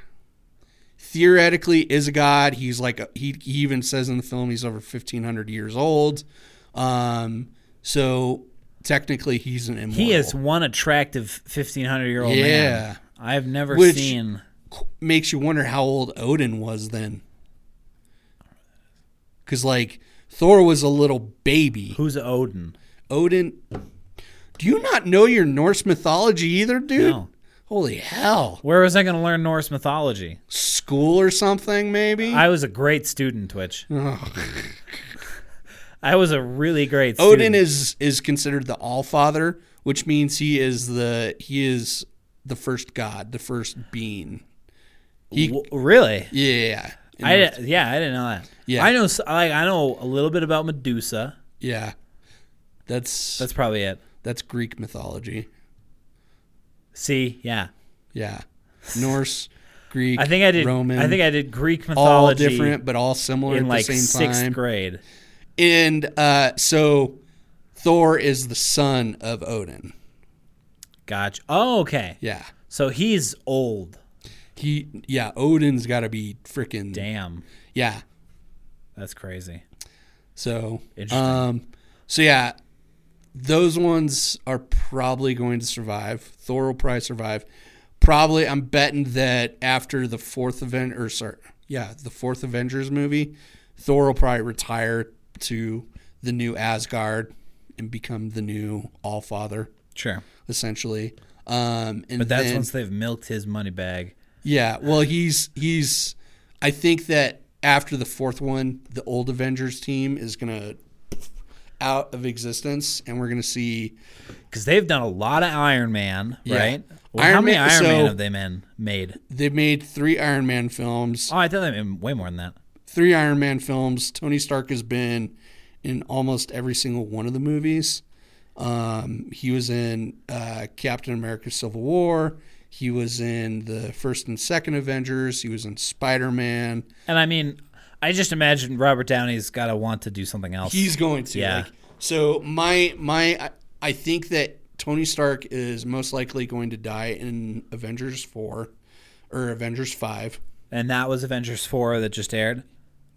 Speaker 2: theoretically is a god. He's like a, he, he even says in the film he's over 1500 years old. Um, so technically he's an immortal.
Speaker 1: He is one attractive 1500 year old
Speaker 2: Yeah.
Speaker 1: man. I've never
Speaker 2: Which-
Speaker 1: seen.
Speaker 2: Makes you wonder how old Odin was then. Cuz like Thor was a little baby.
Speaker 1: Who's Odin?
Speaker 2: Odin Do you not know your Norse mythology either, dude?
Speaker 1: No.
Speaker 2: Holy hell.
Speaker 1: Where was I going to learn Norse mythology?
Speaker 2: School or something maybe?
Speaker 1: I was a great student,
Speaker 2: [laughs]
Speaker 1: Twitch. [laughs] I was a really great student.
Speaker 2: Oh. Odin is is considered the All Father, which means he is the he is the first god, the first being. He,
Speaker 1: W- really?
Speaker 2: yeah, In
Speaker 1: I
Speaker 2: Norse-
Speaker 1: di- yeah, I didn't know that.
Speaker 2: Yeah.
Speaker 1: I know s- like I know a little bit about Medusa.
Speaker 2: yeah. That's, that's
Speaker 1: That's probably it.
Speaker 2: that's Greek mythology.
Speaker 1: See, yeah.
Speaker 2: Yeah,
Speaker 1: [laughs]
Speaker 2: Norse, Greek.
Speaker 1: I think I did
Speaker 2: Roman.
Speaker 1: I think I did Greek
Speaker 2: all
Speaker 1: mythology
Speaker 2: different, but all similar
Speaker 1: in
Speaker 2: at
Speaker 1: like
Speaker 2: the same
Speaker 1: 6th
Speaker 2: time.
Speaker 1: grade.
Speaker 2: And uh, so, Thor is the son of Odin.
Speaker 1: Gotcha. Oh, okay.
Speaker 2: Yeah,
Speaker 1: So he's old.
Speaker 2: he yeah Odin's got to be freaking
Speaker 1: Damn.
Speaker 2: yeah.
Speaker 1: That's crazy.
Speaker 2: So,
Speaker 1: Interesting.
Speaker 2: um, so yeah, those ones are probably going to survive. Thor will probably survive. Probably, I'm betting that after the fourth event, or sorry, yeah, the fourth Avengers movie, Thor will probably retire to the new Asgard and become the new All Father,
Speaker 1: Sure.
Speaker 2: essentially. Um, and
Speaker 1: But that's
Speaker 2: then,
Speaker 1: once they've milked his money bag.
Speaker 2: yeah, well, he's he's. I think that after the fourth one, the old Avengers team is gonna out of existence, and we're gonna see.
Speaker 1: Because they've done a lot of Iron Man,
Speaker 2: Yeah.
Speaker 1: right? Well,
Speaker 2: Iron
Speaker 1: how many
Speaker 2: Man-
Speaker 1: Iron
Speaker 2: so-
Speaker 1: Man have they man, made?
Speaker 2: They made three Iron Man films.
Speaker 1: Oh, I thought they made way more than that.
Speaker 2: Three Iron Man films. Tony Stark has been in almost every single one of the movies. Um, he was in uh, Captain America: Civil War. He was in the first and second Avengers. He was in Spider Man.
Speaker 1: And I mean, I just imagine Robert Downey's got to want to do something else.
Speaker 2: He's going to.
Speaker 1: Yeah.
Speaker 2: Like, so my my I- I think that Tony Stark is most likely going to die in Avengers four or Avengers five.
Speaker 1: and that was Avengers 4 that just aired.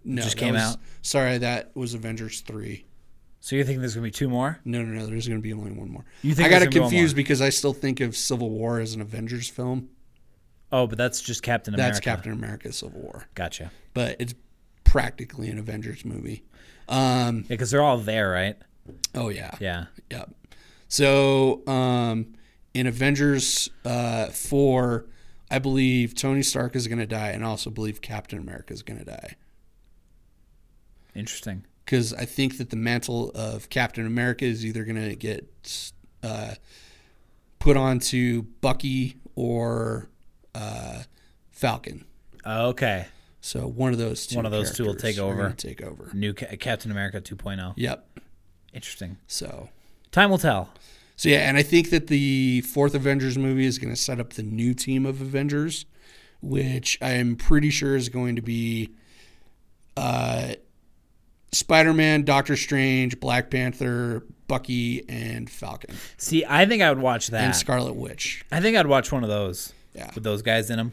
Speaker 2: No,
Speaker 1: Just
Speaker 2: that
Speaker 1: came
Speaker 2: was-
Speaker 1: out.
Speaker 2: Sorry, that was Avengers three.
Speaker 1: So you think there's going to be two more?
Speaker 2: No, no, no. There's going to be only one more.
Speaker 1: You think
Speaker 2: I got
Speaker 1: there's
Speaker 2: it
Speaker 1: gonna be one
Speaker 2: confused
Speaker 1: more?
Speaker 2: because I still think of Civil War as an Avengers film.
Speaker 1: Oh, but that's just Captain America.
Speaker 2: That's Captain America: Civil War,
Speaker 1: Gotcha.
Speaker 2: but it's practically an Avengers movie. Um,
Speaker 1: Yeah, because they're all there, right?
Speaker 2: oh yeah,
Speaker 1: Yeah.
Speaker 2: Yep. So um, in Avengers uh, 4, I believe Tony Stark is going to die, and I also believe Captain America is going to die.
Speaker 1: Interesting.
Speaker 2: Because I think that the mantle of Captain America is either going to get uh, put onto Bucky or uh, Falcon.
Speaker 1: Okay.
Speaker 2: So one of those two.
Speaker 1: One of those two will
Speaker 2: characters
Speaker 1: take
Speaker 2: are
Speaker 1: over.
Speaker 2: gonna Take over.
Speaker 1: New Ca- Captain America 2.0.
Speaker 2: Yep.
Speaker 1: Interesting.
Speaker 2: So.
Speaker 1: Time will tell.
Speaker 2: So yeah, and I think that the fourth Avengers movie is going to set up the new team of Avengers, which I am pretty sure is going to be uh, Spider-Man, Doctor Strange, Black Panther, Bucky, and Falcon,
Speaker 1: See, I think I would watch
Speaker 2: and
Speaker 1: that.
Speaker 2: Scarlet Witch.
Speaker 1: I think I'd watch one of those
Speaker 2: Yeah.
Speaker 1: with those guys in them.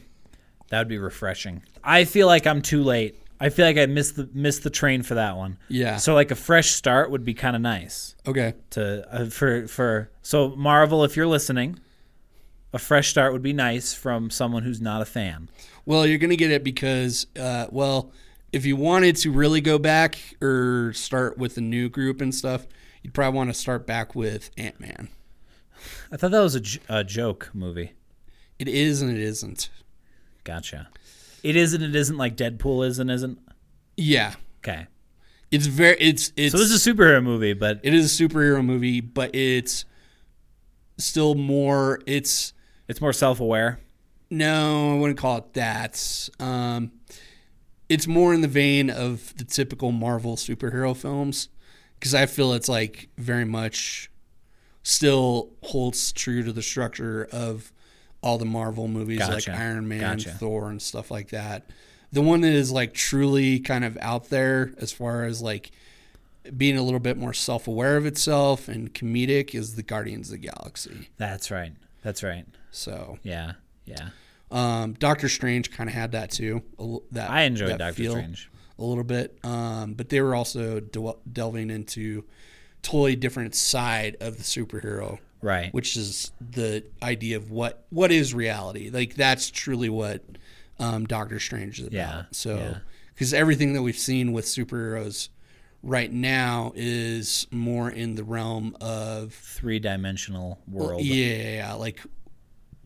Speaker 1: That would be refreshing. I feel like I'm too late. I feel like I missed the missed the train for that one.
Speaker 2: Yeah.
Speaker 1: So like a fresh start would be kind of nice
Speaker 2: Okay.
Speaker 1: to uh, for for so Marvel if you're listening, a fresh start would be nice from someone who's not a fan.
Speaker 2: Well, you're going to get it because, uh, well, if you wanted to really go back or start with a new group and stuff, you'd probably want to start back with Ant Man.
Speaker 1: I thought that was a, j- a joke movie.
Speaker 2: It is and it isn't.
Speaker 1: Gotcha. It is and it isn't like Deadpool is and isn't.
Speaker 2: Yeah.
Speaker 1: Okay.
Speaker 2: It's very. It's it's.
Speaker 1: So this is a superhero movie, but
Speaker 2: it is a superhero movie, but it's still more. It's
Speaker 1: it's more self-aware.
Speaker 2: no, I wouldn't call it that. Um, it's more in the vein of the typical Marvel superhero films because I feel it's like very much still holds true to the structure of all the Marvel movies
Speaker 1: Gotcha.
Speaker 2: like Iron Man,
Speaker 1: Gotcha.
Speaker 2: Thor, and stuff like that. The one that is like truly kind of out there as far as like being a little bit more self aware of itself and comedic is the Guardians of the Galaxy.
Speaker 1: That's right. That's right.
Speaker 2: So
Speaker 1: Yeah. Yeah.
Speaker 2: Um, Doctor Strange kind of had that too. a l- That
Speaker 1: I enjoyed
Speaker 2: that
Speaker 1: Doctor
Speaker 2: feel
Speaker 1: Strange.
Speaker 2: a little bit, um, but they were also del- delving into totally different side of the superhero,
Speaker 1: Right.
Speaker 2: Which is the idea of what what is reality. Like that's truly what um, Doctor Strange is about.
Speaker 1: Yeah,
Speaker 2: So
Speaker 1: yeah.
Speaker 2: because everything that we've seen with superheroes right now is more in the realm of
Speaker 1: Three dimensional world.
Speaker 2: yeah, yeah, yeah, like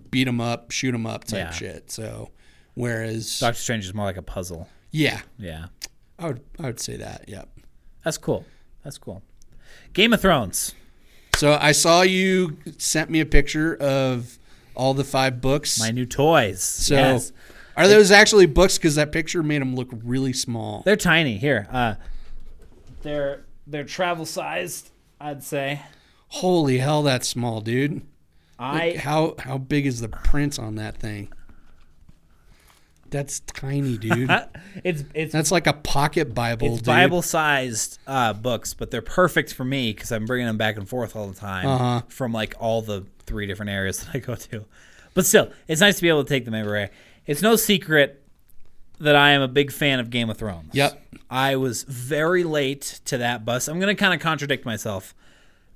Speaker 2: beat them up, shoot them up type
Speaker 1: Yeah.
Speaker 2: shit. So, whereas,
Speaker 1: Doctor Strange is more like a puzzle.
Speaker 2: yeah,
Speaker 1: Yeah.
Speaker 2: I would I would say that. Yep.
Speaker 1: That's cool. That's cool. Game of Thrones.
Speaker 2: So I saw you sent me a picture of all the five books.
Speaker 1: My new toys.
Speaker 2: so
Speaker 1: Yes.
Speaker 2: are those actually books? Because that picture made them look really small.
Speaker 1: They're tiny. Here. Uh, they're they're travel sized. I'd say.
Speaker 2: Holy hell, that's small, dude.
Speaker 1: I
Speaker 2: How how big is the print on that thing?
Speaker 1: [laughs]
Speaker 2: That's tiny, dude.
Speaker 1: it's it's
Speaker 2: That's like a pocket Bible,
Speaker 1: it's
Speaker 2: dude.
Speaker 1: Bible sized uh, books, but they're perfect for me because I'm bringing them back and forth all the time
Speaker 2: Uh-huh.
Speaker 1: from like all the three different areas [laughs] that I go to. But still, it's nice to be able to take them everywhere. It's no secret that I am a big fan of Game of Thrones.
Speaker 2: Yep.
Speaker 1: I was very late to that bus. I'm going to kind of contradict myself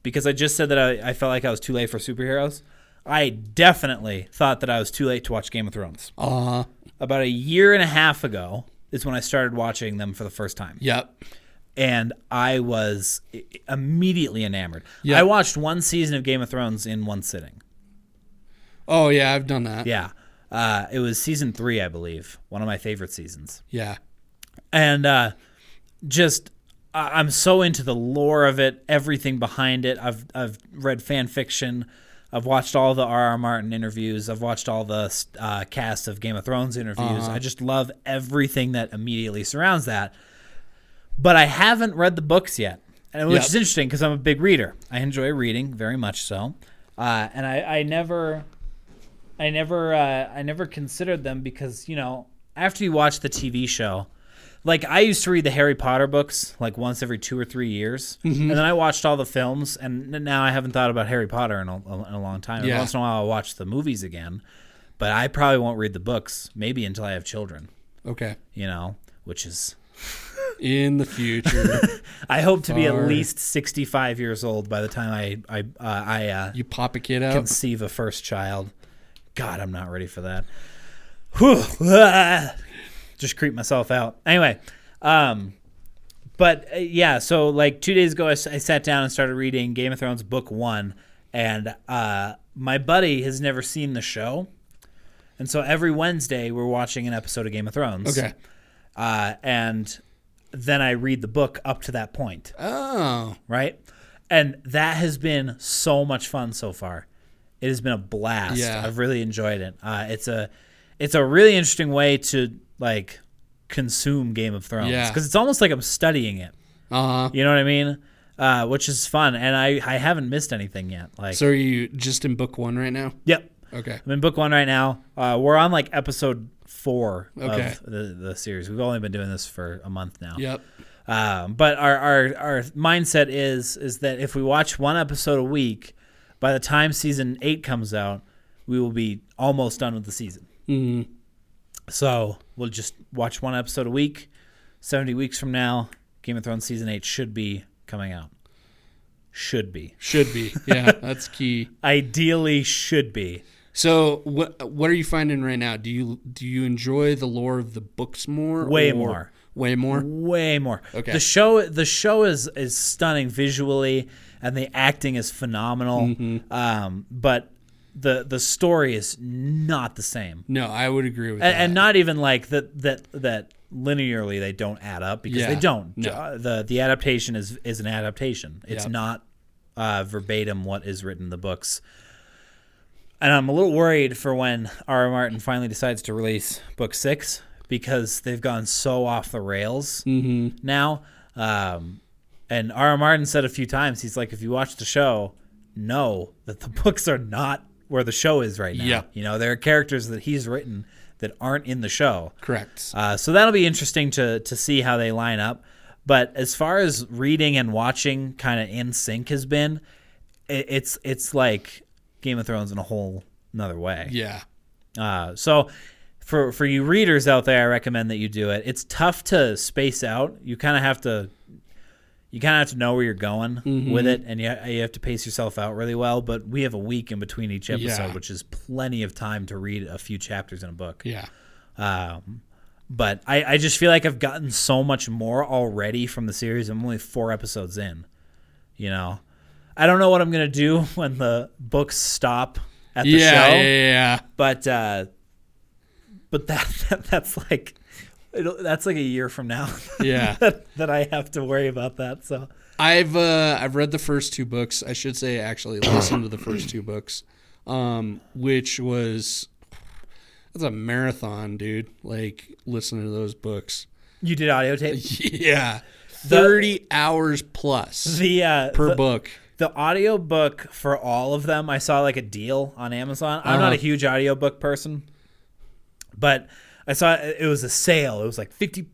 Speaker 1: because I just said that I, I felt like I was too late for superheroes. I definitely thought that I was too late to watch Game of Thrones.
Speaker 2: Uh,
Speaker 1: About a year and a half ago is when I started watching them for the first time
Speaker 2: yep.
Speaker 1: and I was i- immediately enamored.
Speaker 2: Yeah.
Speaker 1: I watched one season of Game of Thrones in one sitting.
Speaker 2: Oh yeah, I've done that.
Speaker 1: Yeah. Uh, it was season three, I believe, one of my favorite seasons.
Speaker 2: Yeah.
Speaker 1: And uh, just, I- I'm so into the lore of it, everything behind it. I've, I've read fan fiction. I've watched all the R.R. Martin interviews. I've watched all the uh, cast of Game of Thrones interviews. I just love everything that immediately surrounds that. but I haven't read the books yet, and which
Speaker 2: Yep.
Speaker 1: is interesting because I'm a big reader. I enjoy reading very much so, uh, and I, I never, I never, uh, I never considered them because you know after you watch the TV show, like I used to read the Harry Potter books like once every two or three years, and then I watched all the films, and n- now I haven't thought about Harry Potter in a, in a long time. And
Speaker 2: Yeah.
Speaker 1: Once in a while, I'll watch the movies again, but I probably won't read the books maybe until I have children.
Speaker 2: Okay.
Speaker 1: You know, which is
Speaker 2: In
Speaker 1: [laughs]
Speaker 2: the future,
Speaker 1: I hope to be at
Speaker 2: Far.
Speaker 1: least 65 years old by the time I I uh, I uh,
Speaker 2: you pop a kid out.
Speaker 1: conceive a first child. God, I'm not ready for that. Whew. [sighs] Ah. Just creep myself out. Anyway, um, but uh, yeah, so like two days ago, I, s- I sat down and started reading Game of Thrones book one, and uh, my buddy has never seen the show, and so every Wednesday we're watching an episode of Game of Thrones.
Speaker 2: Okay.
Speaker 1: uh, and then I read the book up to that point
Speaker 2: Oh,
Speaker 1: right? And that has been so much fun so far. It has been a blast.
Speaker 2: Yeah.
Speaker 1: I've really enjoyed it. Uh, it's a it's a really interesting way to like consume Game of Thrones
Speaker 2: Yeah.
Speaker 1: because it's almost like I'm studying it.
Speaker 2: uh huh.
Speaker 1: You know what I mean? Uh, which is fun, and I I haven't missed anything yet. Like,
Speaker 2: So are you just in book one right now?
Speaker 1: yep,
Speaker 2: Okay.
Speaker 1: I'm in book one right now. Uh, we're on like episode four
Speaker 2: Okay.
Speaker 1: of the, the series. We've only been doing this for a month now.
Speaker 2: Yep.
Speaker 1: Um, but our, our our mindset is is that if we watch one episode a week, by the time season eight comes out, we will be almost done with the season. So we'll just watch one episode a week. Seventy weeks from now, Game of Thrones season eight should be coming out. Should be.
Speaker 2: Should be.
Speaker 1: [laughs]
Speaker 2: Yeah, that's key.
Speaker 1: Ideally, should be.
Speaker 2: So what what are you finding right now? Do you do you enjoy the lore of the books more?
Speaker 1: Way
Speaker 2: or-
Speaker 1: more.
Speaker 2: Way more.
Speaker 1: way more.
Speaker 2: Okay.
Speaker 1: The show the show is is stunning visually, and the acting is phenomenal. Um, but the the story is not the same,
Speaker 2: No, I would agree with
Speaker 1: and,
Speaker 2: that.
Speaker 1: and not even like that that that linearly they don't add up because they
Speaker 2: Yeah.
Speaker 1: don't.
Speaker 2: No.
Speaker 1: Uh, the the adaptation is is an adaptation. It's
Speaker 2: Yep.
Speaker 1: not uh, verbatim what is written in the books. And I'm a little worried for when R. R. Martin finally decides to release book six because they've gone so off the rails
Speaker 2: Mm-hmm.
Speaker 1: now. Um, and R. R. Martin said a few times, he's like, if you watch the show, know that the [laughs] books are not where the show is right now.
Speaker 2: Yeah.
Speaker 1: You know, there are characters that he's written that aren't in the show.
Speaker 2: Correct.
Speaker 1: Uh, so that'll be interesting to to see how they line up. But as far as reading and watching, kind of in sync has been, it, it's it's like Game of Thrones in a whole another way.
Speaker 2: yeah.
Speaker 1: Uh, so for for you readers out there, I recommend that you do it. It's tough to space out. You kind of have to you kind of have to know where you're going
Speaker 2: Mm-hmm.
Speaker 1: with it, and you, you have to pace yourself out really well. But we have a week in between each episode,
Speaker 2: Yeah.
Speaker 1: which is plenty of time to read a few chapters in a book.
Speaker 2: Yeah.
Speaker 1: Um, but I, I just feel like I've gotten so much more already from the series. I'm only four episodes in. You know, I don't know what I'm gonna do [laughs] when the books stop at the
Speaker 2: yeah,
Speaker 1: show
Speaker 2: yeah, yeah,
Speaker 1: but uh but that, [laughs] that that's like it'll, that's like a year from now [laughs]
Speaker 2: yeah. yeah.
Speaker 1: that, that i have to worry about that so
Speaker 2: I've uh, I've read the first two books. I should say actually listened to the first two books, um, which was that's a marathon, dude. Like listening to
Speaker 1: [laughs]
Speaker 2: those books.
Speaker 1: you did audio tape
Speaker 2: Yeah, thirty hours plus
Speaker 1: the uh
Speaker 2: per
Speaker 1: the,
Speaker 2: book.
Speaker 1: the audio book for all of them i saw like a deal on amazon i'm not a
Speaker 2: Uh-huh.
Speaker 1: huge audiobook person but i saw it it was a sale it was like 50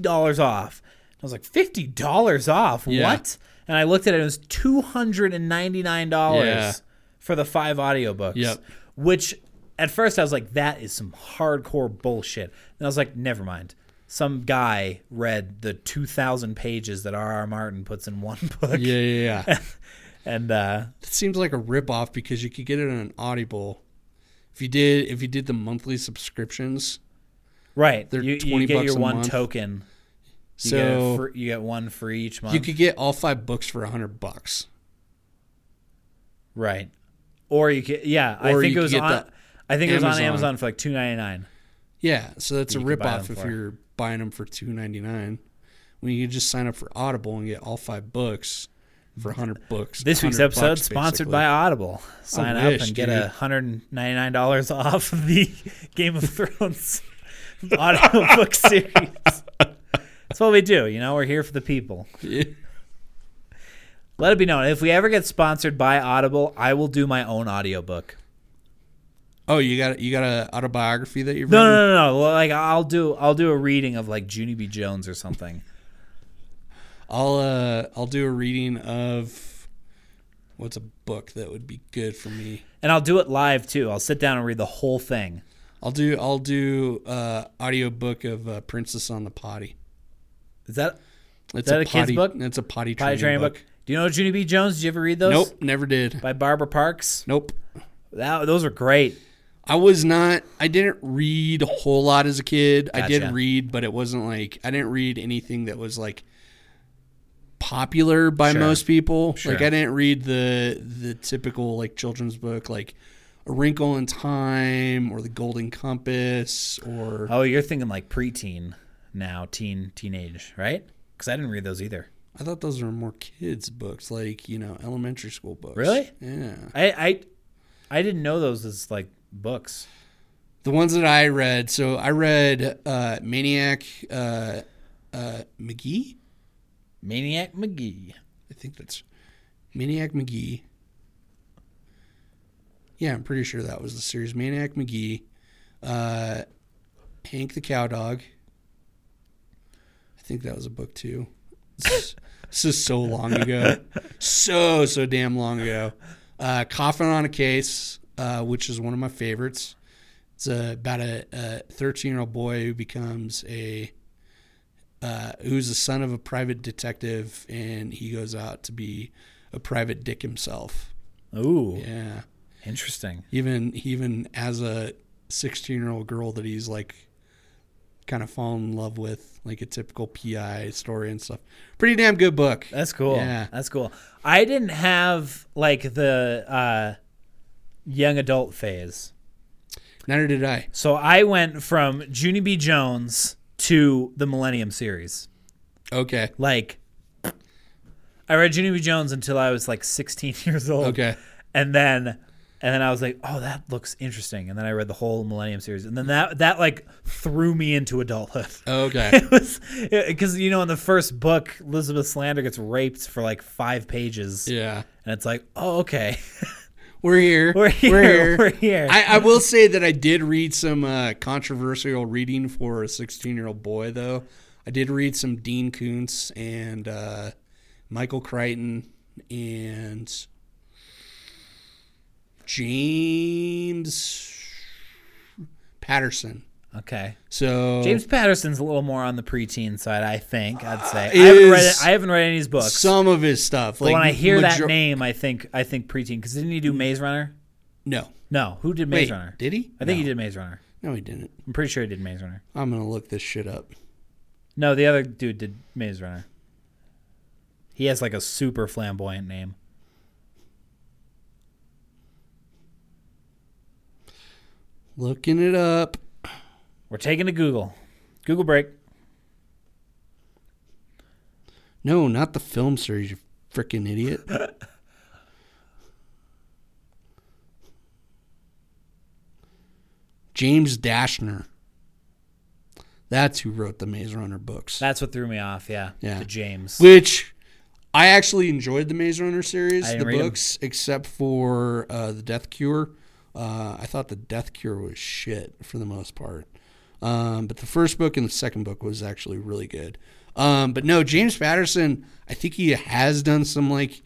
Speaker 1: dollars off i was like 50 dollars off
Speaker 2: Yeah.
Speaker 1: what and i looked at it it was 299 dollars
Speaker 2: Yeah.
Speaker 1: for the five audiobooks
Speaker 2: Yep.
Speaker 1: which at first i was like that is some hardcore bullshit and i was like never mind some guy read the 2000 pages that R.R. Martin puts in one [laughs] book
Speaker 2: Yeah, yeah, yeah. [laughs]
Speaker 1: and uh
Speaker 2: it seems like a ripoff because you could get it on an Audible. If you did, if you did the monthly subscriptions,
Speaker 1: Right.
Speaker 2: They're
Speaker 1: you, you
Speaker 2: 20
Speaker 1: get
Speaker 2: bucks
Speaker 1: your
Speaker 2: a
Speaker 1: one
Speaker 2: month.
Speaker 1: token. You get, a
Speaker 2: so
Speaker 1: fr- you get one for each month.
Speaker 2: you could get all five books for a hundred bucks.
Speaker 1: right. Or you could yeah,
Speaker 2: Or
Speaker 1: I think
Speaker 2: you
Speaker 1: it was
Speaker 2: could get
Speaker 1: on
Speaker 2: the
Speaker 1: I think it was on
Speaker 2: Amazon.
Speaker 1: Amazon for like 2.99.
Speaker 2: Yeah, so that's a
Speaker 1: you could buy
Speaker 2: ripoff
Speaker 1: them
Speaker 2: if
Speaker 1: for.
Speaker 2: you're buying them for two ninety nine. When you could just sign up for Audible and get all five books for hundred books.
Speaker 1: This week's
Speaker 2: 100
Speaker 1: episode
Speaker 2: bucks,
Speaker 1: sponsored
Speaker 2: basically.
Speaker 1: by Audible. Sign up
Speaker 2: wish,
Speaker 1: and get
Speaker 2: dude.
Speaker 1: a $199 [laughs] off of the Game of Thrones [laughs] audiobook [laughs] series. That's what we do, you know, we're here for the people.
Speaker 2: Yeah.
Speaker 1: Let it be known if we ever get sponsored by Audible, I will do my own audiobook.
Speaker 2: Oh, you got you got a autobiography that you've
Speaker 1: No,
Speaker 2: written?
Speaker 1: no, no, no. Well, Like I'll do, I'll do a reading of like Junie B. Jones or something.
Speaker 2: I'll uh I'll do a reading of what's a book that would be good for me.
Speaker 1: And I'll do it live too. I'll sit down and read the whole thing.
Speaker 2: I'll do I'll do uh audiobook of uh, Princess on the Potty.
Speaker 1: Is that
Speaker 2: It's
Speaker 1: that a kid's
Speaker 2: potty,
Speaker 1: book?
Speaker 2: It's a potty,
Speaker 1: Potty
Speaker 2: training,
Speaker 1: Training
Speaker 2: book.
Speaker 1: Book? Do you know Junie B. Jones? Did you ever read those?
Speaker 2: Nope, never did.
Speaker 1: By Barbara Parks.
Speaker 2: Nope.
Speaker 1: That, those are great.
Speaker 2: I was not. I didn't read a whole lot as a kid. I did
Speaker 1: Gotcha.
Speaker 2: read, but it wasn't like I didn't read anything that was like popular by
Speaker 1: Sure.
Speaker 2: most people.
Speaker 1: Sure.
Speaker 2: Like I didn't read the the typical like children's book like A Wrinkle in Time or The Golden Compass or
Speaker 1: Oh, you're thinking like preteen now, teen, teenage, right? Because I didn't read those either.
Speaker 2: I thought those were more kids books like, you know, elementary school books.
Speaker 1: Really?
Speaker 2: Yeah.
Speaker 1: I, I, I didn't know those as like books.
Speaker 2: The ones that I read, so I read uh Maniac uh uh McGee
Speaker 1: Maniac McGee.
Speaker 2: I think that's Maniac McGee. Yeah, I'm pretty sure that was the series. Maniac McGee, uh, Hank the Cowdog. I think that was a book too. This this is so long ago, so so damn long ago. Uh, Coffin on a Case, uh, which is one of my favorites. It's uh, about a- a 13 year old boy who becomes a uh, who's the son of a private detective, and he goes out to be a private dick himself.
Speaker 1: Ooh,
Speaker 2: Yeah,
Speaker 1: interesting.
Speaker 2: even even as a sixteen-year-old girl that he's like kind of fallen in love with, like a typical PI story and stuff. Pretty damn good book.
Speaker 1: That's cool.
Speaker 2: Yeah.
Speaker 1: That's cool. I didn't have like the uh, young adult phase.
Speaker 2: Neither did I.
Speaker 1: So I went from Junie B. Jones to the Millennium series.
Speaker 2: Okay,
Speaker 1: Like, I read Junie B. Jones until I was like 16 [laughs] years old.
Speaker 2: okay,
Speaker 1: And then, and then I was like, oh, that looks interesting. And then I read the whole Millennium series. And then that, that like threw me into adulthood.
Speaker 2: Oh. okay.
Speaker 1: [laughs] It was because, you know, in the first book, Elizabeth Slander gets raped for like five pages.
Speaker 2: yeah,
Speaker 1: And it's like, oh, okay. [laughs]
Speaker 2: we're here.
Speaker 1: We're here. [laughs] We're here.
Speaker 2: I, I will say that I did read some uh, controversial reading for a 16 year old boy, though. I did read some Dean Koontz and uh, Michael Crichton and James Patterson.
Speaker 1: Okay.
Speaker 2: So
Speaker 1: James Patterson's a little more on the preteen side, I think. I'd say. I haven't read.
Speaker 2: is
Speaker 1: I haven't read any of his books.
Speaker 2: some of his stuff.
Speaker 1: but
Speaker 2: like
Speaker 1: when I hear that
Speaker 2: major-
Speaker 1: name, I think I think preteen. Because didn't he do Maze Runner?
Speaker 2: no,
Speaker 1: No. Who did Maze
Speaker 2: wait,
Speaker 1: Runner?
Speaker 2: did he?
Speaker 1: I think he
Speaker 2: no.
Speaker 1: did Maze Runner.
Speaker 2: No, he didn't.
Speaker 1: I'm pretty sure he did Maze Runner.
Speaker 2: I'm gonna look this shit up.
Speaker 1: No, the other dude did Maze Runner. He has like a super flamboyant name.
Speaker 2: Looking it up.
Speaker 1: We're taking to Google. Google break.
Speaker 2: No, not the film series. You freaking idiot. James Dashner. That's who wrote the Maze Runner books.
Speaker 1: That's what threw me off. Yeah.
Speaker 2: Yeah.
Speaker 1: The James.
Speaker 2: Which I actually enjoyed the Maze Runner series,
Speaker 1: I didn't
Speaker 2: the
Speaker 1: read 'em.
Speaker 2: books, except for uh, the Death Cure. Uh, I thought the Death Cure was shit for the most part, um, but the first book and the second book was actually really good. Um, but no, James Patterson, I think he has done some like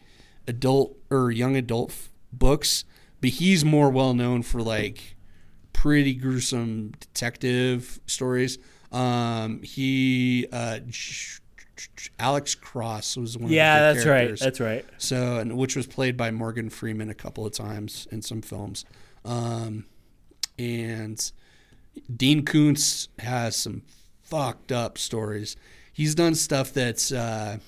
Speaker 2: adult or young adult f- books, but he's more well known for like pretty gruesome detective stories. Um, he uh, j- j- j- Alex Cross was one.
Speaker 1: yeah,
Speaker 2: of the
Speaker 1: that's right.
Speaker 2: characters.
Speaker 1: That's right.
Speaker 2: so, and which was played by Morgan Freeman a couple of times in some films. Um, and Dean Koontz has some fucked up stories. He's done stuff that's uh,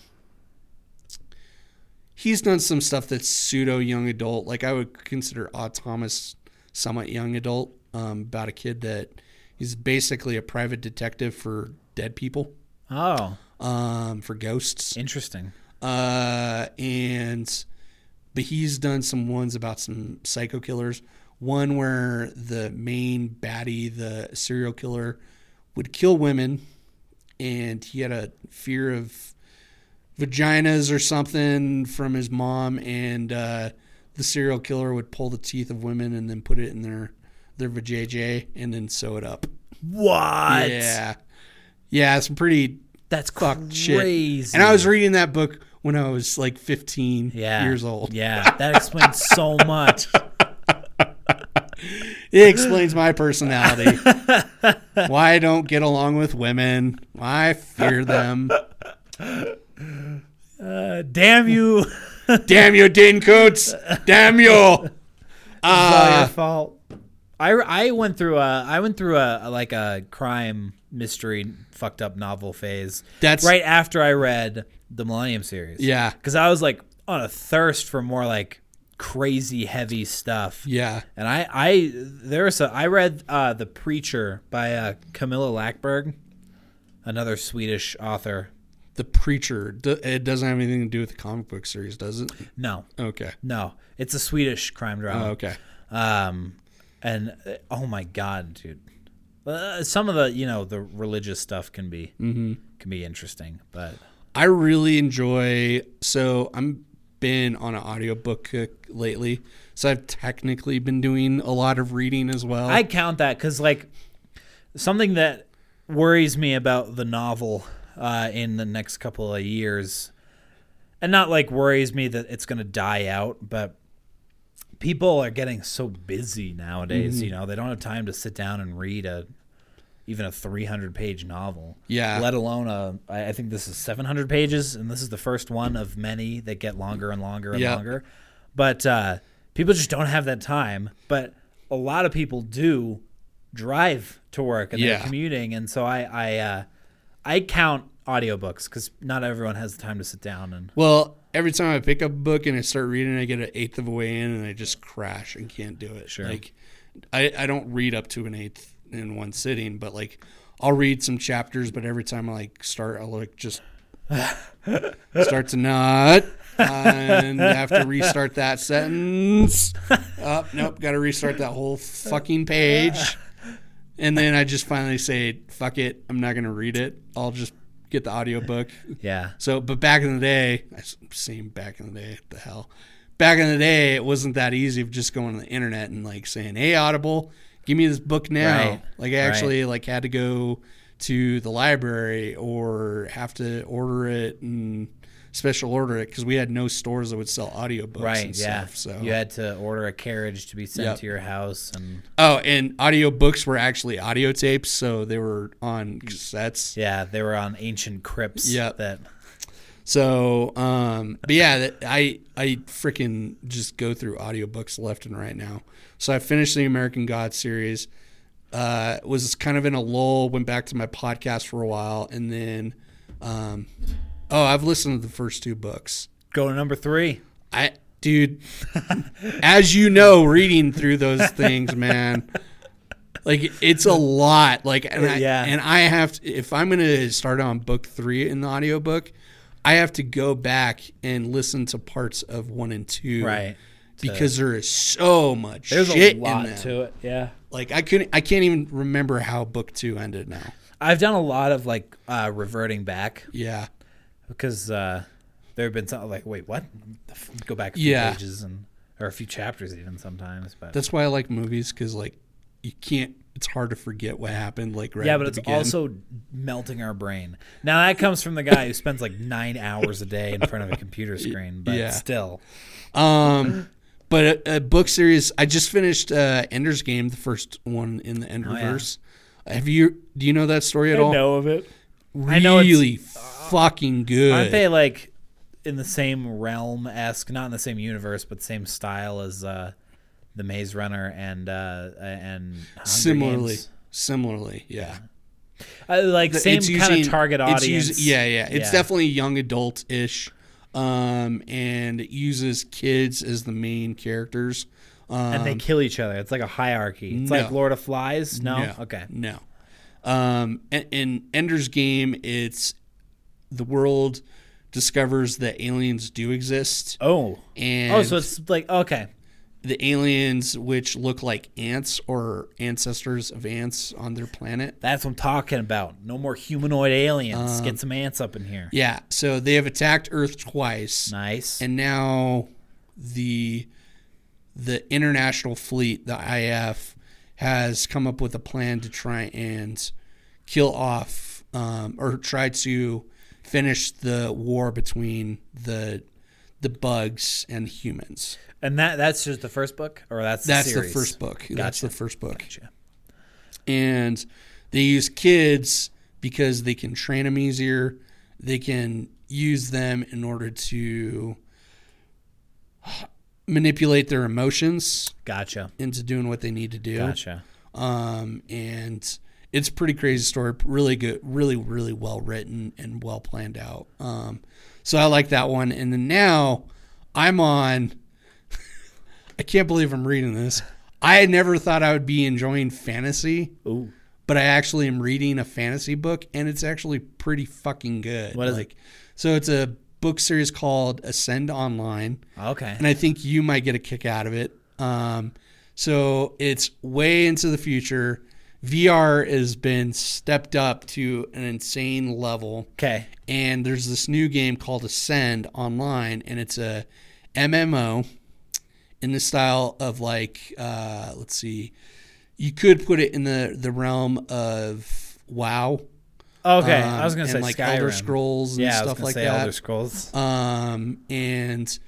Speaker 2: he's done some stuff that's pseudo young adult. Like I would consider Autonomous somewhat young adult um, about a kid that he's basically a private detective for dead people,
Speaker 1: Oh,
Speaker 2: um, for ghosts
Speaker 1: interesting.
Speaker 2: uh, and but he's done some ones about some psycho killers. One where the main baddie, the serial killer, would kill women, and he had a fear of vaginas or something from his mom, and uh, the serial killer would pull the teeth of women and then put it in their their vajayjay and then sew it up.
Speaker 1: What?
Speaker 2: Yeah, yeah, it's pretty
Speaker 1: That's
Speaker 2: fucked shit.
Speaker 1: crazy.
Speaker 2: And I was reading that book when I was like 15
Speaker 1: yeah.
Speaker 2: years old. [laughs]
Speaker 1: Yeah, that explains so much.
Speaker 2: It explains
Speaker 1: [laughs]
Speaker 2: my personality. why I don't get along with women. Why I fear them.
Speaker 1: Uh, damn you!
Speaker 2: Damn you, Dean Coots.
Speaker 1: [laughs]
Speaker 2: Damn you.
Speaker 1: It's [laughs] all your
Speaker 2: Uh,
Speaker 1: fault. I, I went through a I went through a like a crime mystery fucked up novel phase.
Speaker 2: That's-
Speaker 1: right after I read the Millennium series.
Speaker 2: yeah.
Speaker 1: because I was like on a thirst for more like crazy heavy stuff.
Speaker 2: Yeah.
Speaker 1: And I, I there was a I read uh, the Preacher by uh, Camilla Lackberg, another Swedish author.
Speaker 2: The Preacher. D- It doesn't have anything to do with the comic book series, does it?
Speaker 1: No,
Speaker 2: Okay.
Speaker 1: no, it's a Swedish crime drama.
Speaker 2: Oh, Okay.
Speaker 1: Um, and uh, oh my god, dude, uh, some of the you know the religious stuff can be can be interesting, but
Speaker 2: I really enjoy. So I'm been on an audiobook kick lately. So I've technically been doing a lot of reading as well.
Speaker 1: I count that because like something that worries me about the novel uh, in the next couple of years, and not like worries me that it's going to die out, but people are getting so busy nowadays.
Speaker 2: Mm-hmm.
Speaker 1: You know, they don't have time to sit down and read a even a 300 page novel.
Speaker 2: Yeah.
Speaker 1: Let alone a, I I think this is 700 pages, and this is the first one of many that get longer and longer and
Speaker 2: Yeah.
Speaker 1: longer. But uh, people just don't have that time. But a lot of people do drive to work and
Speaker 2: Yeah.
Speaker 1: they're commuting, and so I I uh, I count audiobooks because not everyone has the time to sit down and
Speaker 2: Well, every time I pick up a book and I start reading, I get an eighth of a way in and I just crash and can't do it.
Speaker 1: Sure.
Speaker 2: Like, I, I don't read up to an eighth in one sitting, but like, I'll read some chapters, but every time I like start, I'll like just start to nod and have to restart that sentence. Oh, nope, got to restart that whole fucking page. And then I just finally say, fuck it, I'm not going to read it. I'll just get the audiobook.
Speaker 1: yeah
Speaker 2: So, but back in the day, I s- same back in the day, the hell. Back in the day, it wasn't that easy of just going on the internet and like saying, "Hey, Audible, give me this book now."
Speaker 1: Right.
Speaker 2: Like I actually like had to go to the library or have to order it and special order it because we had no stores that would sell audiobooks
Speaker 1: Right.
Speaker 2: and
Speaker 1: yeah.
Speaker 2: stuff. So
Speaker 1: You had to order a carriage to be sent
Speaker 2: Yep.
Speaker 1: to your house, and
Speaker 2: oh, and audiobooks were actually audio tapes, so they were on cassettes.
Speaker 1: yeah, they were on ancient crypts.
Speaker 2: Yep.
Speaker 1: That
Speaker 2: So, um, but yeah, that, I I freaking just go through audiobooks left and right now. So I finished the American God series. Uh, was kind of in a lull. Went back to my podcast for a while, and then, um, oh, I've listened to the first two books.
Speaker 1: go to number three.
Speaker 2: I dude, as you know, reading
Speaker 1: [laughs]
Speaker 2: through those things, man, like it's a lot. Like and I,
Speaker 1: Yeah.
Speaker 2: and I have to, if I'm gonna start on book three in the audiobook, I have to go back and listen to parts of one and two,
Speaker 1: Right.
Speaker 2: Because there is so much
Speaker 1: There's
Speaker 2: shit
Speaker 1: a lot
Speaker 2: in them.
Speaker 1: to it. Yeah.
Speaker 2: Like I couldn't, I can't even remember how book two ended now.
Speaker 1: I've done a lot of like uh, reverting back
Speaker 2: Yeah,
Speaker 1: because uh, there have been some like, wait, what? Go back a few
Speaker 2: Yeah.
Speaker 1: pages and or a few chapters even sometimes, but
Speaker 2: that's why I like movies because like you can't. It's hard to forget what happened. Like right
Speaker 1: yeah,
Speaker 2: at
Speaker 1: but
Speaker 2: the
Speaker 1: it's
Speaker 2: beginning.
Speaker 1: also melting our brain. Now that comes from the guy who spends like nine hours a day in front of a
Speaker 2: [laughs]
Speaker 1: computer screen, but
Speaker 2: Yeah.
Speaker 1: still,
Speaker 2: Um, but a, a book series. I just finished uh, Ender's Game, the first one in
Speaker 1: Oh,
Speaker 2: the Enderverse. Have you? Do you know that story at all?
Speaker 1: of it.
Speaker 2: Really
Speaker 1: I know it's- uh,
Speaker 2: fucking good.
Speaker 1: Aren't they like in the same realm esque, not in the same universe, but same style as uh, the Maze Runner and uh, and Hunger
Speaker 2: similarly?
Speaker 1: Games?
Speaker 2: Similarly, yeah.
Speaker 1: Uh, like
Speaker 2: The-
Speaker 1: same
Speaker 2: it's
Speaker 1: kind
Speaker 2: using-
Speaker 1: of target
Speaker 2: it's
Speaker 1: audience.
Speaker 2: using- yeah, yeah. It's
Speaker 1: Yeah.
Speaker 2: definitely young adult ish, um, and it uses kids as the main characters. Um,
Speaker 1: and they kill each other. It's like a hierarchy. It's like
Speaker 2: no.
Speaker 1: Lord of Flies. No,
Speaker 2: No.
Speaker 1: okay.
Speaker 2: No. Um, and, in Ender's Game, it's the world discovers that aliens do exist,
Speaker 1: Oh,
Speaker 2: and
Speaker 1: oh, so it's like okay,
Speaker 2: the aliens which look like ants or ancestors of ants on their planet.
Speaker 1: that's what I'm talking about. No more humanoid aliens. Get some ants up in here.
Speaker 2: Um, Yeah, so they have attacked Earth twice,
Speaker 1: Nice.
Speaker 2: and now the the international fleet, the IF, has come up with a plan to try and kill off um, or try to finish the war between the the bugs and humans.
Speaker 1: and that that's just the first book, or that's
Speaker 2: That's
Speaker 1: the, series?
Speaker 2: the first book. That's
Speaker 1: Gotcha.
Speaker 2: the first book.
Speaker 1: Gotcha.
Speaker 2: And they use kids because they can train them easier. They can use them in order to manipulate their emotions
Speaker 1: Gotcha.
Speaker 2: into doing what they need to do.
Speaker 1: Gotcha.
Speaker 2: Um, and it's a pretty crazy story. Really good, really, really well written and well planned out. Um, so I like that one. And then now I'm on. [laughs] I can't believe I'm reading this. I had never thought I would be enjoying fantasy,
Speaker 1: Ooh.
Speaker 2: but I actually am reading a fantasy book, and it's actually pretty fucking good.
Speaker 1: What is it?
Speaker 2: like, So it's a book series called Ascend Online
Speaker 1: Okay.
Speaker 2: and I think you might get a kick out of it. Um, so it's way into the future. VR has been stepped up to an insane level,
Speaker 1: Okay.
Speaker 2: and there's this new game called Ascend online, and it's a MMO in the style of like, uh, let's see, you could put it in the the realm of WoW.
Speaker 1: Okay.
Speaker 2: um,
Speaker 1: I was gonna
Speaker 2: and
Speaker 1: say
Speaker 2: like
Speaker 1: Skyrim.
Speaker 2: Elder Scrolls and
Speaker 1: yeah, I was
Speaker 2: stuff
Speaker 1: gonna
Speaker 2: like
Speaker 1: say
Speaker 2: that
Speaker 1: Elder Scrolls.
Speaker 2: um, and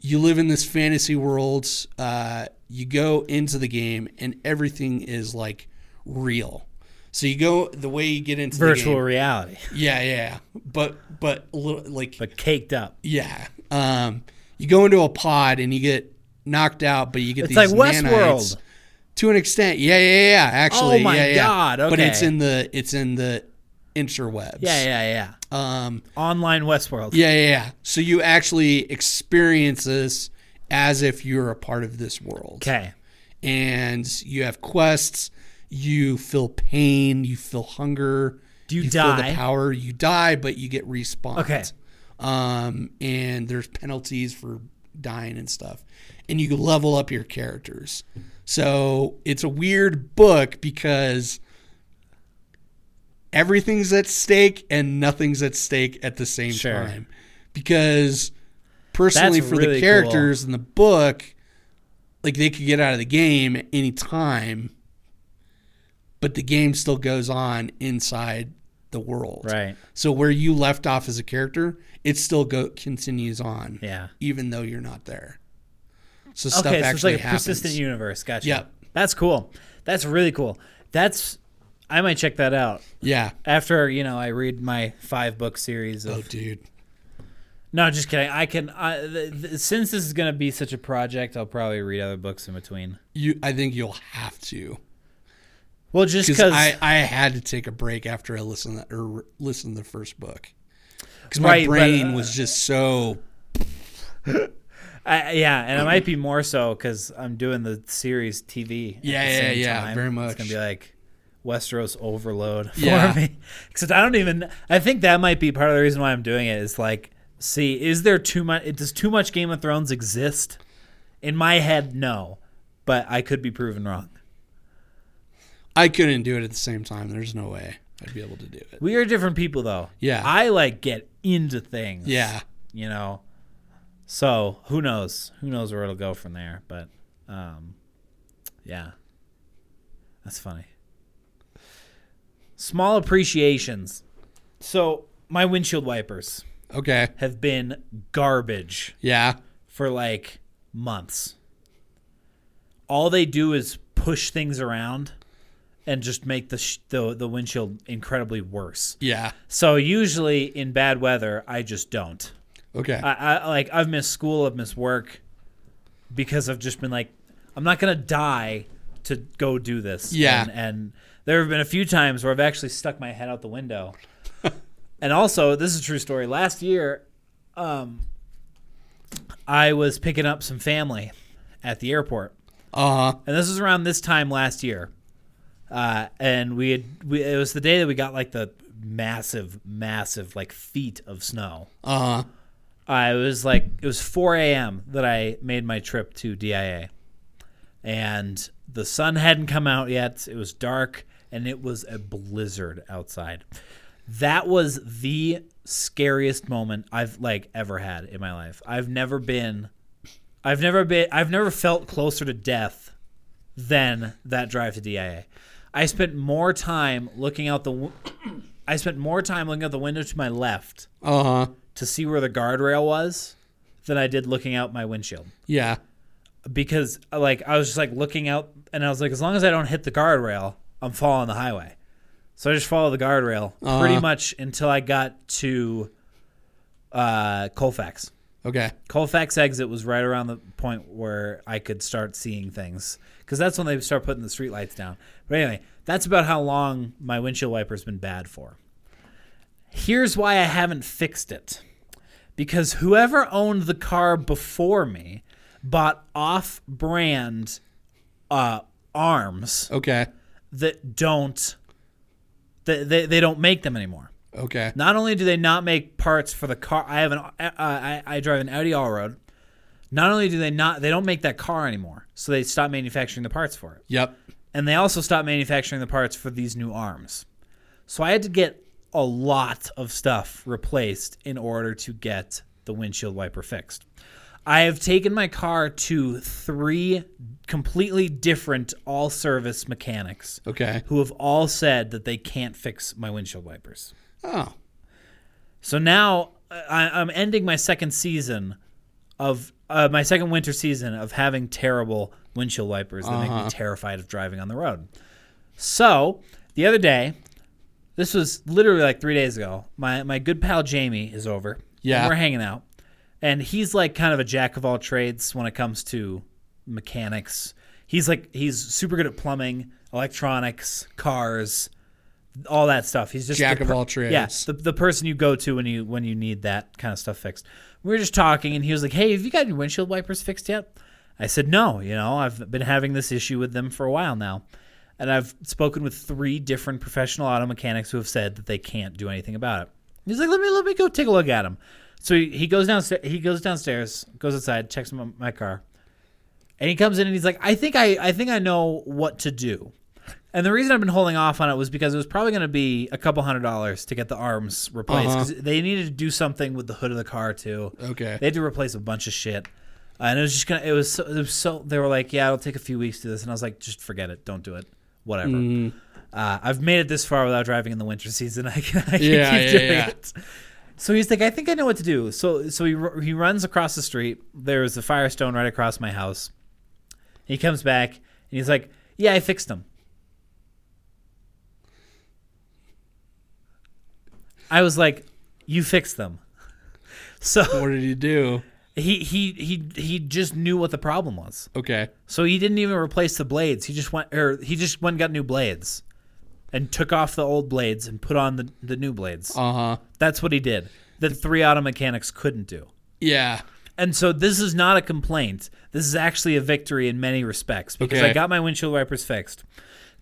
Speaker 2: you live in this fantasy world. Uh, you go into the game, and everything is like real. So you go the way you get into
Speaker 1: Virtual
Speaker 2: the
Speaker 1: reality,
Speaker 2: game. Yeah, yeah, but but a little, like
Speaker 1: but caked up.
Speaker 2: yeah, um, you go into a pod and you get knocked out, but you get
Speaker 1: It's
Speaker 2: these
Speaker 1: like Westworld.
Speaker 2: nanites. to an extent. Yeah, yeah, yeah. Actually,
Speaker 1: Oh my
Speaker 2: yeah, yeah.
Speaker 1: God,
Speaker 2: But
Speaker 1: okay.
Speaker 2: it's in the it's in the interwebs.
Speaker 1: Yeah, yeah, yeah.
Speaker 2: Um,
Speaker 1: Online Westworld.
Speaker 2: yeah, yeah, yeah. So you actually experience this as if you're a part of this world.
Speaker 1: Okay.
Speaker 2: And you have quests, you feel pain, you feel hunger.
Speaker 1: Do you
Speaker 2: Feel
Speaker 1: die?
Speaker 2: the power. You die, but you get respawned.
Speaker 1: Okay.
Speaker 2: Um, and there's penalties for dying and stuff. And you level up your characters. So it's a weird book because everything's at stake and nothing's at stake at the same
Speaker 1: Sure.
Speaker 2: time. Because personally,
Speaker 1: That's
Speaker 2: for
Speaker 1: really
Speaker 2: the
Speaker 1: cool.
Speaker 2: characters in the book, like they could get out of the game at any time, but the game still goes on inside the world.
Speaker 1: Right.
Speaker 2: So where you left off as a character, it still go continues on.
Speaker 1: Yeah.
Speaker 2: Even though you're not there. So stuff
Speaker 1: Okay, so it's
Speaker 2: actually
Speaker 1: like a
Speaker 2: happens.
Speaker 1: persistent universe. Gotcha.
Speaker 2: Yep.
Speaker 1: That's cool. That's really cool. That's I might check that out
Speaker 2: yeah.
Speaker 1: after you know I read my five book series of
Speaker 2: Oh, dude.
Speaker 1: No, just kidding. I can. I, th- th- since this is gonna be such a project, I'll probably read other books in between.
Speaker 2: You. I think you'll have to.
Speaker 1: Well, just
Speaker 2: because
Speaker 1: because
Speaker 2: I, I had to take a break after I listened to, or listened to the first book because my
Speaker 1: Right, but,
Speaker 2: brain
Speaker 1: uh,
Speaker 2: was just so
Speaker 1: I, yeah, and it might be more so because I'm doing the series TV. at
Speaker 2: Yeah,
Speaker 1: the
Speaker 2: yeah,
Speaker 1: same
Speaker 2: yeah,
Speaker 1: time.
Speaker 2: very
Speaker 1: It's gonna
Speaker 2: much.
Speaker 1: be like Westeros overload [laughs] for
Speaker 2: Yeah.
Speaker 1: me. Except I don't even. I think that might be part of the reason why I'm doing it. Is like, see, is there too much? Does too much Game of Thrones exist? In my head, no, but I could be proven wrong.
Speaker 2: I couldn't do it at the same time. There's no way I'd be able to do it.
Speaker 1: We are different people, though.
Speaker 2: Yeah.
Speaker 1: I like get into things.
Speaker 2: Yeah,
Speaker 1: you know. So who knows? Who knows where it'll go from there? But um, yeah, that's funny. Small appreciations. So my windshield wipers
Speaker 2: okay,
Speaker 1: have been garbage
Speaker 2: yeah,
Speaker 1: for like months. All they do is push things around and just make the sh- the, the windshield incredibly worse.
Speaker 2: yeah,
Speaker 1: So usually in bad weather, I just don't.
Speaker 2: okay,
Speaker 1: I, I like I've missed school, I've missed work because I've just been like, I'm not gonna die to go do this.
Speaker 2: Yeah.
Speaker 1: And, and there have been a few times where I've actually stuck my head out the window. and also, this is a true story. Last year, um, I was picking up some family at the airport
Speaker 2: uh huh,
Speaker 1: and this was around this time last year. Uh, and we had we, it was the day that we got like the massive, massive like feet of snow.
Speaker 2: uh huh,
Speaker 1: I was like, it was 4 a.m. that I made my trip to DIA, and the sun hadn't come out yet. It was dark, and it was a blizzard outside. That was the scariest moment I've like ever had in my life. I've never been, I've never been, I've never felt closer to death than that drive to DIA. I spent more time looking out the, w- [coughs] I spent more time looking out the window to my left
Speaker 2: uh huh,
Speaker 1: to see where the guardrail was than I did looking out my windshield
Speaker 2: yeah,
Speaker 1: because uh, like I was just like looking out and I was like as long as I don't hit the guardrail I'm following the highway so I just followed the guardrail pretty
Speaker 2: Uh-huh.
Speaker 1: much until I got to uh, Colfax
Speaker 2: okay,
Speaker 1: Colfax exit was right around the point where I could start seeing things because that's when they start putting the streetlights down. But anyway, that's about how long my windshield wiper's been bad for. Here's why I haven't fixed it because whoever owned the car before me bought off brand uh, arms
Speaker 2: okay,
Speaker 1: that don't. They, they, they don't make them anymore.
Speaker 2: okay,
Speaker 1: Not only do they not make parts for the car, I have an uh, I, I drive an Audi Allroad. Not only do they not they don't make that car anymore, so they stopped manufacturing the parts for it,
Speaker 2: yep,
Speaker 1: and they also stopped manufacturing the parts for these new arms. So I had to get a lot of stuff replaced in order to get the windshield wiper fixed. I have taken my car to three completely different all service mechanics
Speaker 2: okay,
Speaker 1: who have all said that they can't fix my windshield wipers.
Speaker 2: oh,
Speaker 1: So now uh, I, I'm ending my second season of uh, my second winter season of having terrible windshield wipers that make me terrified of driving on the road. So the other day, this was literally like three days ago. My my good pal Jamie is over.
Speaker 2: Yeah.
Speaker 1: and we're hanging out, and he's like kind of a jack of all trades when it comes to mechanics. He's like he's super good at plumbing, electronics, cars, all that stuff. He's just
Speaker 2: Jack
Speaker 1: the
Speaker 2: of all trades.
Speaker 1: Yeah, the, the person you go to when you when you need that kind of stuff fixed. We were just talking, and he was like, "Hey, have you got your windshield wipers fixed yet?" I said, "No, you know, I've been having this issue with them for a while now, and I've spoken with three different professional auto mechanics who have said that they can't do anything about it." He's like, "Let me let me go take a look at them." So he, he goes downstairs. He goes downstairs, goes outside, checks my, my car, and he comes in and he's like, "I think I I think I know what to do." And the reason I've been holding off on it was because it was probably going to be a couple hundred dollars to get the arms replaced. 'cause They needed to do something with the hood of the car too.
Speaker 2: okay,
Speaker 1: They had to replace a bunch of shit, Uh, and it was just gonna. It was so. It was so they were like, "Yeah, it'll take a few weeks to do this," and I was like, "Just forget it. Don't do it. whatever.
Speaker 2: Mm.
Speaker 1: Uh, I've made it this far without driving in the winter [laughs] season. I can, I can
Speaker 2: Yeah,
Speaker 1: keep
Speaker 2: yeah,
Speaker 1: doing
Speaker 2: yeah.
Speaker 1: it. So he's like, I think I know what to do. So so he ru- he runs across the street. There's a Firestone right across my house. He comes back and he's like, Yeah, I fixed him. I was like, You fixed them. [laughs] So
Speaker 2: What did he do?
Speaker 1: he he he he just knew what the problem was.
Speaker 2: Okay.
Speaker 1: So he didn't even replace the blades. He just went or he just went and got new blades and took off the old blades and put on the, the new blades.
Speaker 2: Uh huh.
Speaker 1: That's what he did. That three auto mechanics couldn't do.
Speaker 2: Yeah.
Speaker 1: And so this is not a complaint. This is actually a victory in many respects because
Speaker 2: Okay.
Speaker 1: I got my windshield wipers fixed.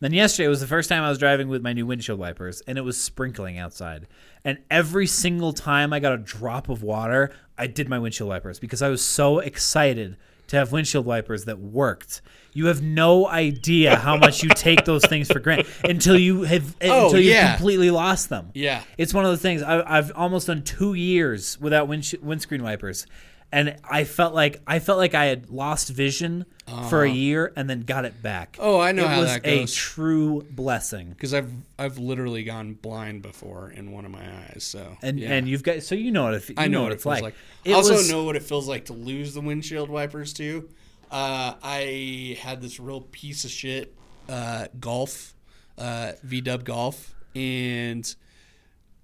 Speaker 1: Then yesterday was the first time I was driving with my new windshield wipers and it was sprinkling outside. And every single time I got a drop of water, I did my windshield wipers because I was so excited to have windshield wipers that worked. You have no idea how much you take those things for granted until you have
Speaker 2: [laughs] Oh,
Speaker 1: until you
Speaker 2: yeah.
Speaker 1: have completely lost them.
Speaker 2: Yeah.
Speaker 1: It's one of those things. I, I've almost done two years without windshield- windscreen wipers, and I felt like I felt like I had lost vision for a year and then got it back.
Speaker 2: Uh-huh. Oh, I know
Speaker 1: it
Speaker 2: how
Speaker 1: was
Speaker 2: that
Speaker 1: a
Speaker 2: goes.
Speaker 1: true blessing.
Speaker 2: Because I've I've literally gone blind before in one of my eyes. So
Speaker 1: And
Speaker 2: yeah.
Speaker 1: and you've got so you know what it, you
Speaker 2: I know, what it
Speaker 1: it's
Speaker 2: feels like.
Speaker 1: like. It
Speaker 2: I also
Speaker 1: was-
Speaker 2: know what it feels like to lose the windshield wipers too. Uh, I had this real piece of shit uh, golf, uh, V Dub golf, and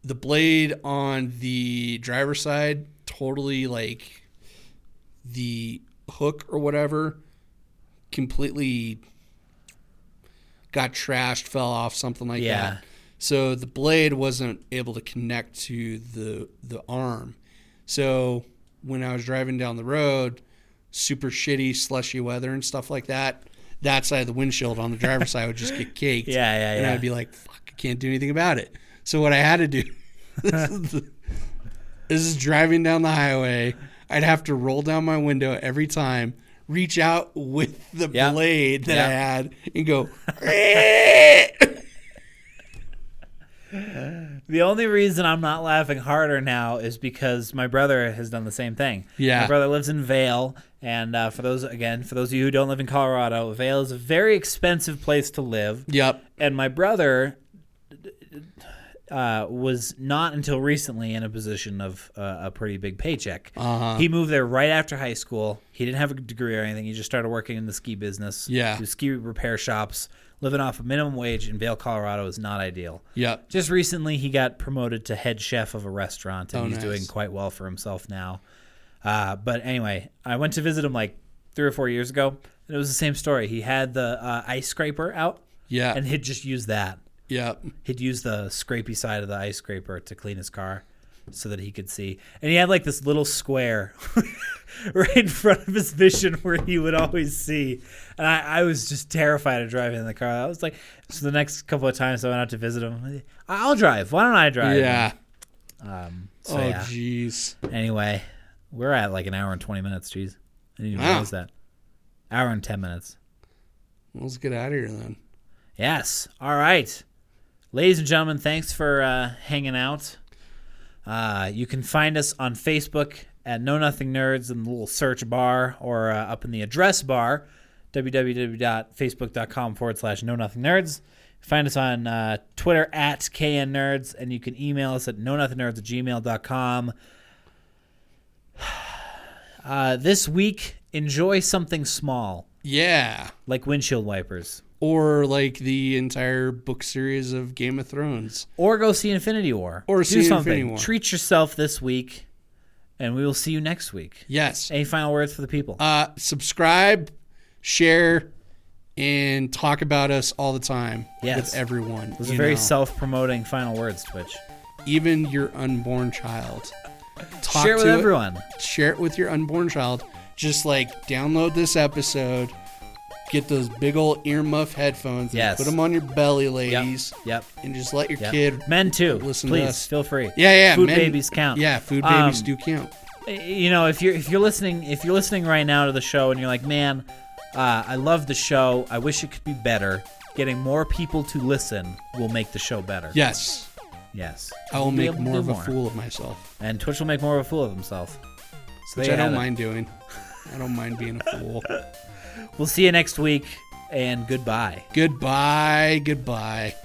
Speaker 2: the blade on the driver's side totally like the hook or whatever completely got trashed, fell off, something like
Speaker 1: Yeah.
Speaker 2: that. So the blade wasn't able to connect to the the arm. So when I was driving down the road, super shitty, slushy weather and stuff like that, that side of the windshield on
Speaker 1: [laughs]
Speaker 2: the driver's side would just get caked.
Speaker 1: Yeah, yeah,
Speaker 2: And
Speaker 1: yeah.
Speaker 2: I'd be like, fuck, I can't do anything about it. So what I had to do this is driving down the highway. I'd have to roll down my window every time, reach out with the
Speaker 1: Yeah.
Speaker 2: blade that I
Speaker 1: Yeah.
Speaker 2: had,
Speaker 1: [laughs]
Speaker 2: and go. "Eh."
Speaker 1: The only reason I'm not laughing harder now is because my brother has done the same thing.
Speaker 2: Yeah.
Speaker 1: my brother lives in Vale, and uh, for those again, for those of you who don't live in Colorado, Vale is a very expensive place to live.
Speaker 2: yep.
Speaker 1: and my brother uh, was not until recently in a position of uh, a pretty big paycheck.
Speaker 2: Uh-huh.
Speaker 1: He moved there right after high school. He didn't have a degree or anything. He just started working in the ski business.
Speaker 2: Yeah.
Speaker 1: He was ski repair shops. Living off a minimum wage in Vail, Colorado is not ideal.
Speaker 2: Yep.
Speaker 1: Just recently, he got promoted to head chef of a restaurant, and
Speaker 2: Oh,
Speaker 1: he's
Speaker 2: nice.
Speaker 1: doing quite well for himself now. Uh, but anyway, I went to visit him like three or four years ago, and it was the same story. He had the uh, ice scraper out,
Speaker 2: Yeah.
Speaker 1: and he'd just use that.
Speaker 2: yep.
Speaker 1: He'd use the scrapey side of the ice scraper to clean his car so that he could see. And he had like this little square [laughs] right in front of his vision where he would always see. And I, I was just terrified of driving in the car. I was like, so the next couple of times I went out to visit him, "I- I'll drive. Why don't I drive?
Speaker 2: Yeah.
Speaker 1: So,
Speaker 2: oh,
Speaker 1: yeah.
Speaker 2: jeez.
Speaker 1: Anyway, we're at like an hour and 20 minutes. Jeez. I didn't even
Speaker 2: Wow.
Speaker 1: realize that. Hour and 10 minutes.
Speaker 2: Let's get out of here then.
Speaker 1: Yes. All right. Ladies and gentlemen, thanks for uh, hanging out. Uh, you can find us on Facebook at Know Nothing Nerds in the little search bar or uh, up in the address bar, www.facebook.com forward slash Know Nothing Nerds. Find us on uh, Twitter at KN Nerds, and you can email us at know nothing nerds at gmail.com. [sighs] Uh, this week, enjoy something small,
Speaker 2: Yeah.
Speaker 1: like windshield wipers.
Speaker 2: Or like the entire book series of Game of Thrones.
Speaker 1: or go see Infinity War.
Speaker 2: Or
Speaker 1: do
Speaker 2: see Infinity
Speaker 1: something.
Speaker 2: War.
Speaker 1: Treat yourself this week, and we will see you next week.
Speaker 2: Yes.
Speaker 1: Any final words for the people?
Speaker 2: Uh, subscribe, share, and talk about us all the time
Speaker 1: Yes.
Speaker 2: with everyone.
Speaker 1: Those are
Speaker 2: you
Speaker 1: very
Speaker 2: know.
Speaker 1: self-promoting final words, Twitch.
Speaker 2: even your unborn child. Talk
Speaker 1: Share with
Speaker 2: to it-
Speaker 1: everyone.
Speaker 2: share it with your unborn child. Just like download this episode, get those big old earmuff headphones, and
Speaker 1: Yes.
Speaker 2: put them on your belly,
Speaker 1: Yep.
Speaker 2: ladies,
Speaker 1: Yep.
Speaker 2: and just let your
Speaker 1: yep.
Speaker 2: kid.
Speaker 1: Men too.
Speaker 2: listen to
Speaker 1: Please
Speaker 2: us.
Speaker 1: feel free.
Speaker 2: Yeah, yeah.
Speaker 1: Food
Speaker 2: men-
Speaker 1: babies count.
Speaker 2: Yeah, food babies
Speaker 1: Um,
Speaker 2: do count.
Speaker 1: you know if you're if you're listening if you're listening right now to the show and you're like man uh, i love the show i wish it could be better getting more people to listen will make the show better
Speaker 2: Yes,
Speaker 1: yes
Speaker 2: I will
Speaker 1: We'll be
Speaker 2: make
Speaker 1: able to
Speaker 2: more
Speaker 1: do
Speaker 2: of a fool of myself,
Speaker 1: and twitch will make more of a fool of himself so
Speaker 2: which
Speaker 1: there
Speaker 2: I
Speaker 1: you have
Speaker 2: don't
Speaker 1: it.
Speaker 2: mind doing. I don't mind being a fool.
Speaker 1: We'll see you next week. and goodbye.
Speaker 2: Goodbye. Goodbye.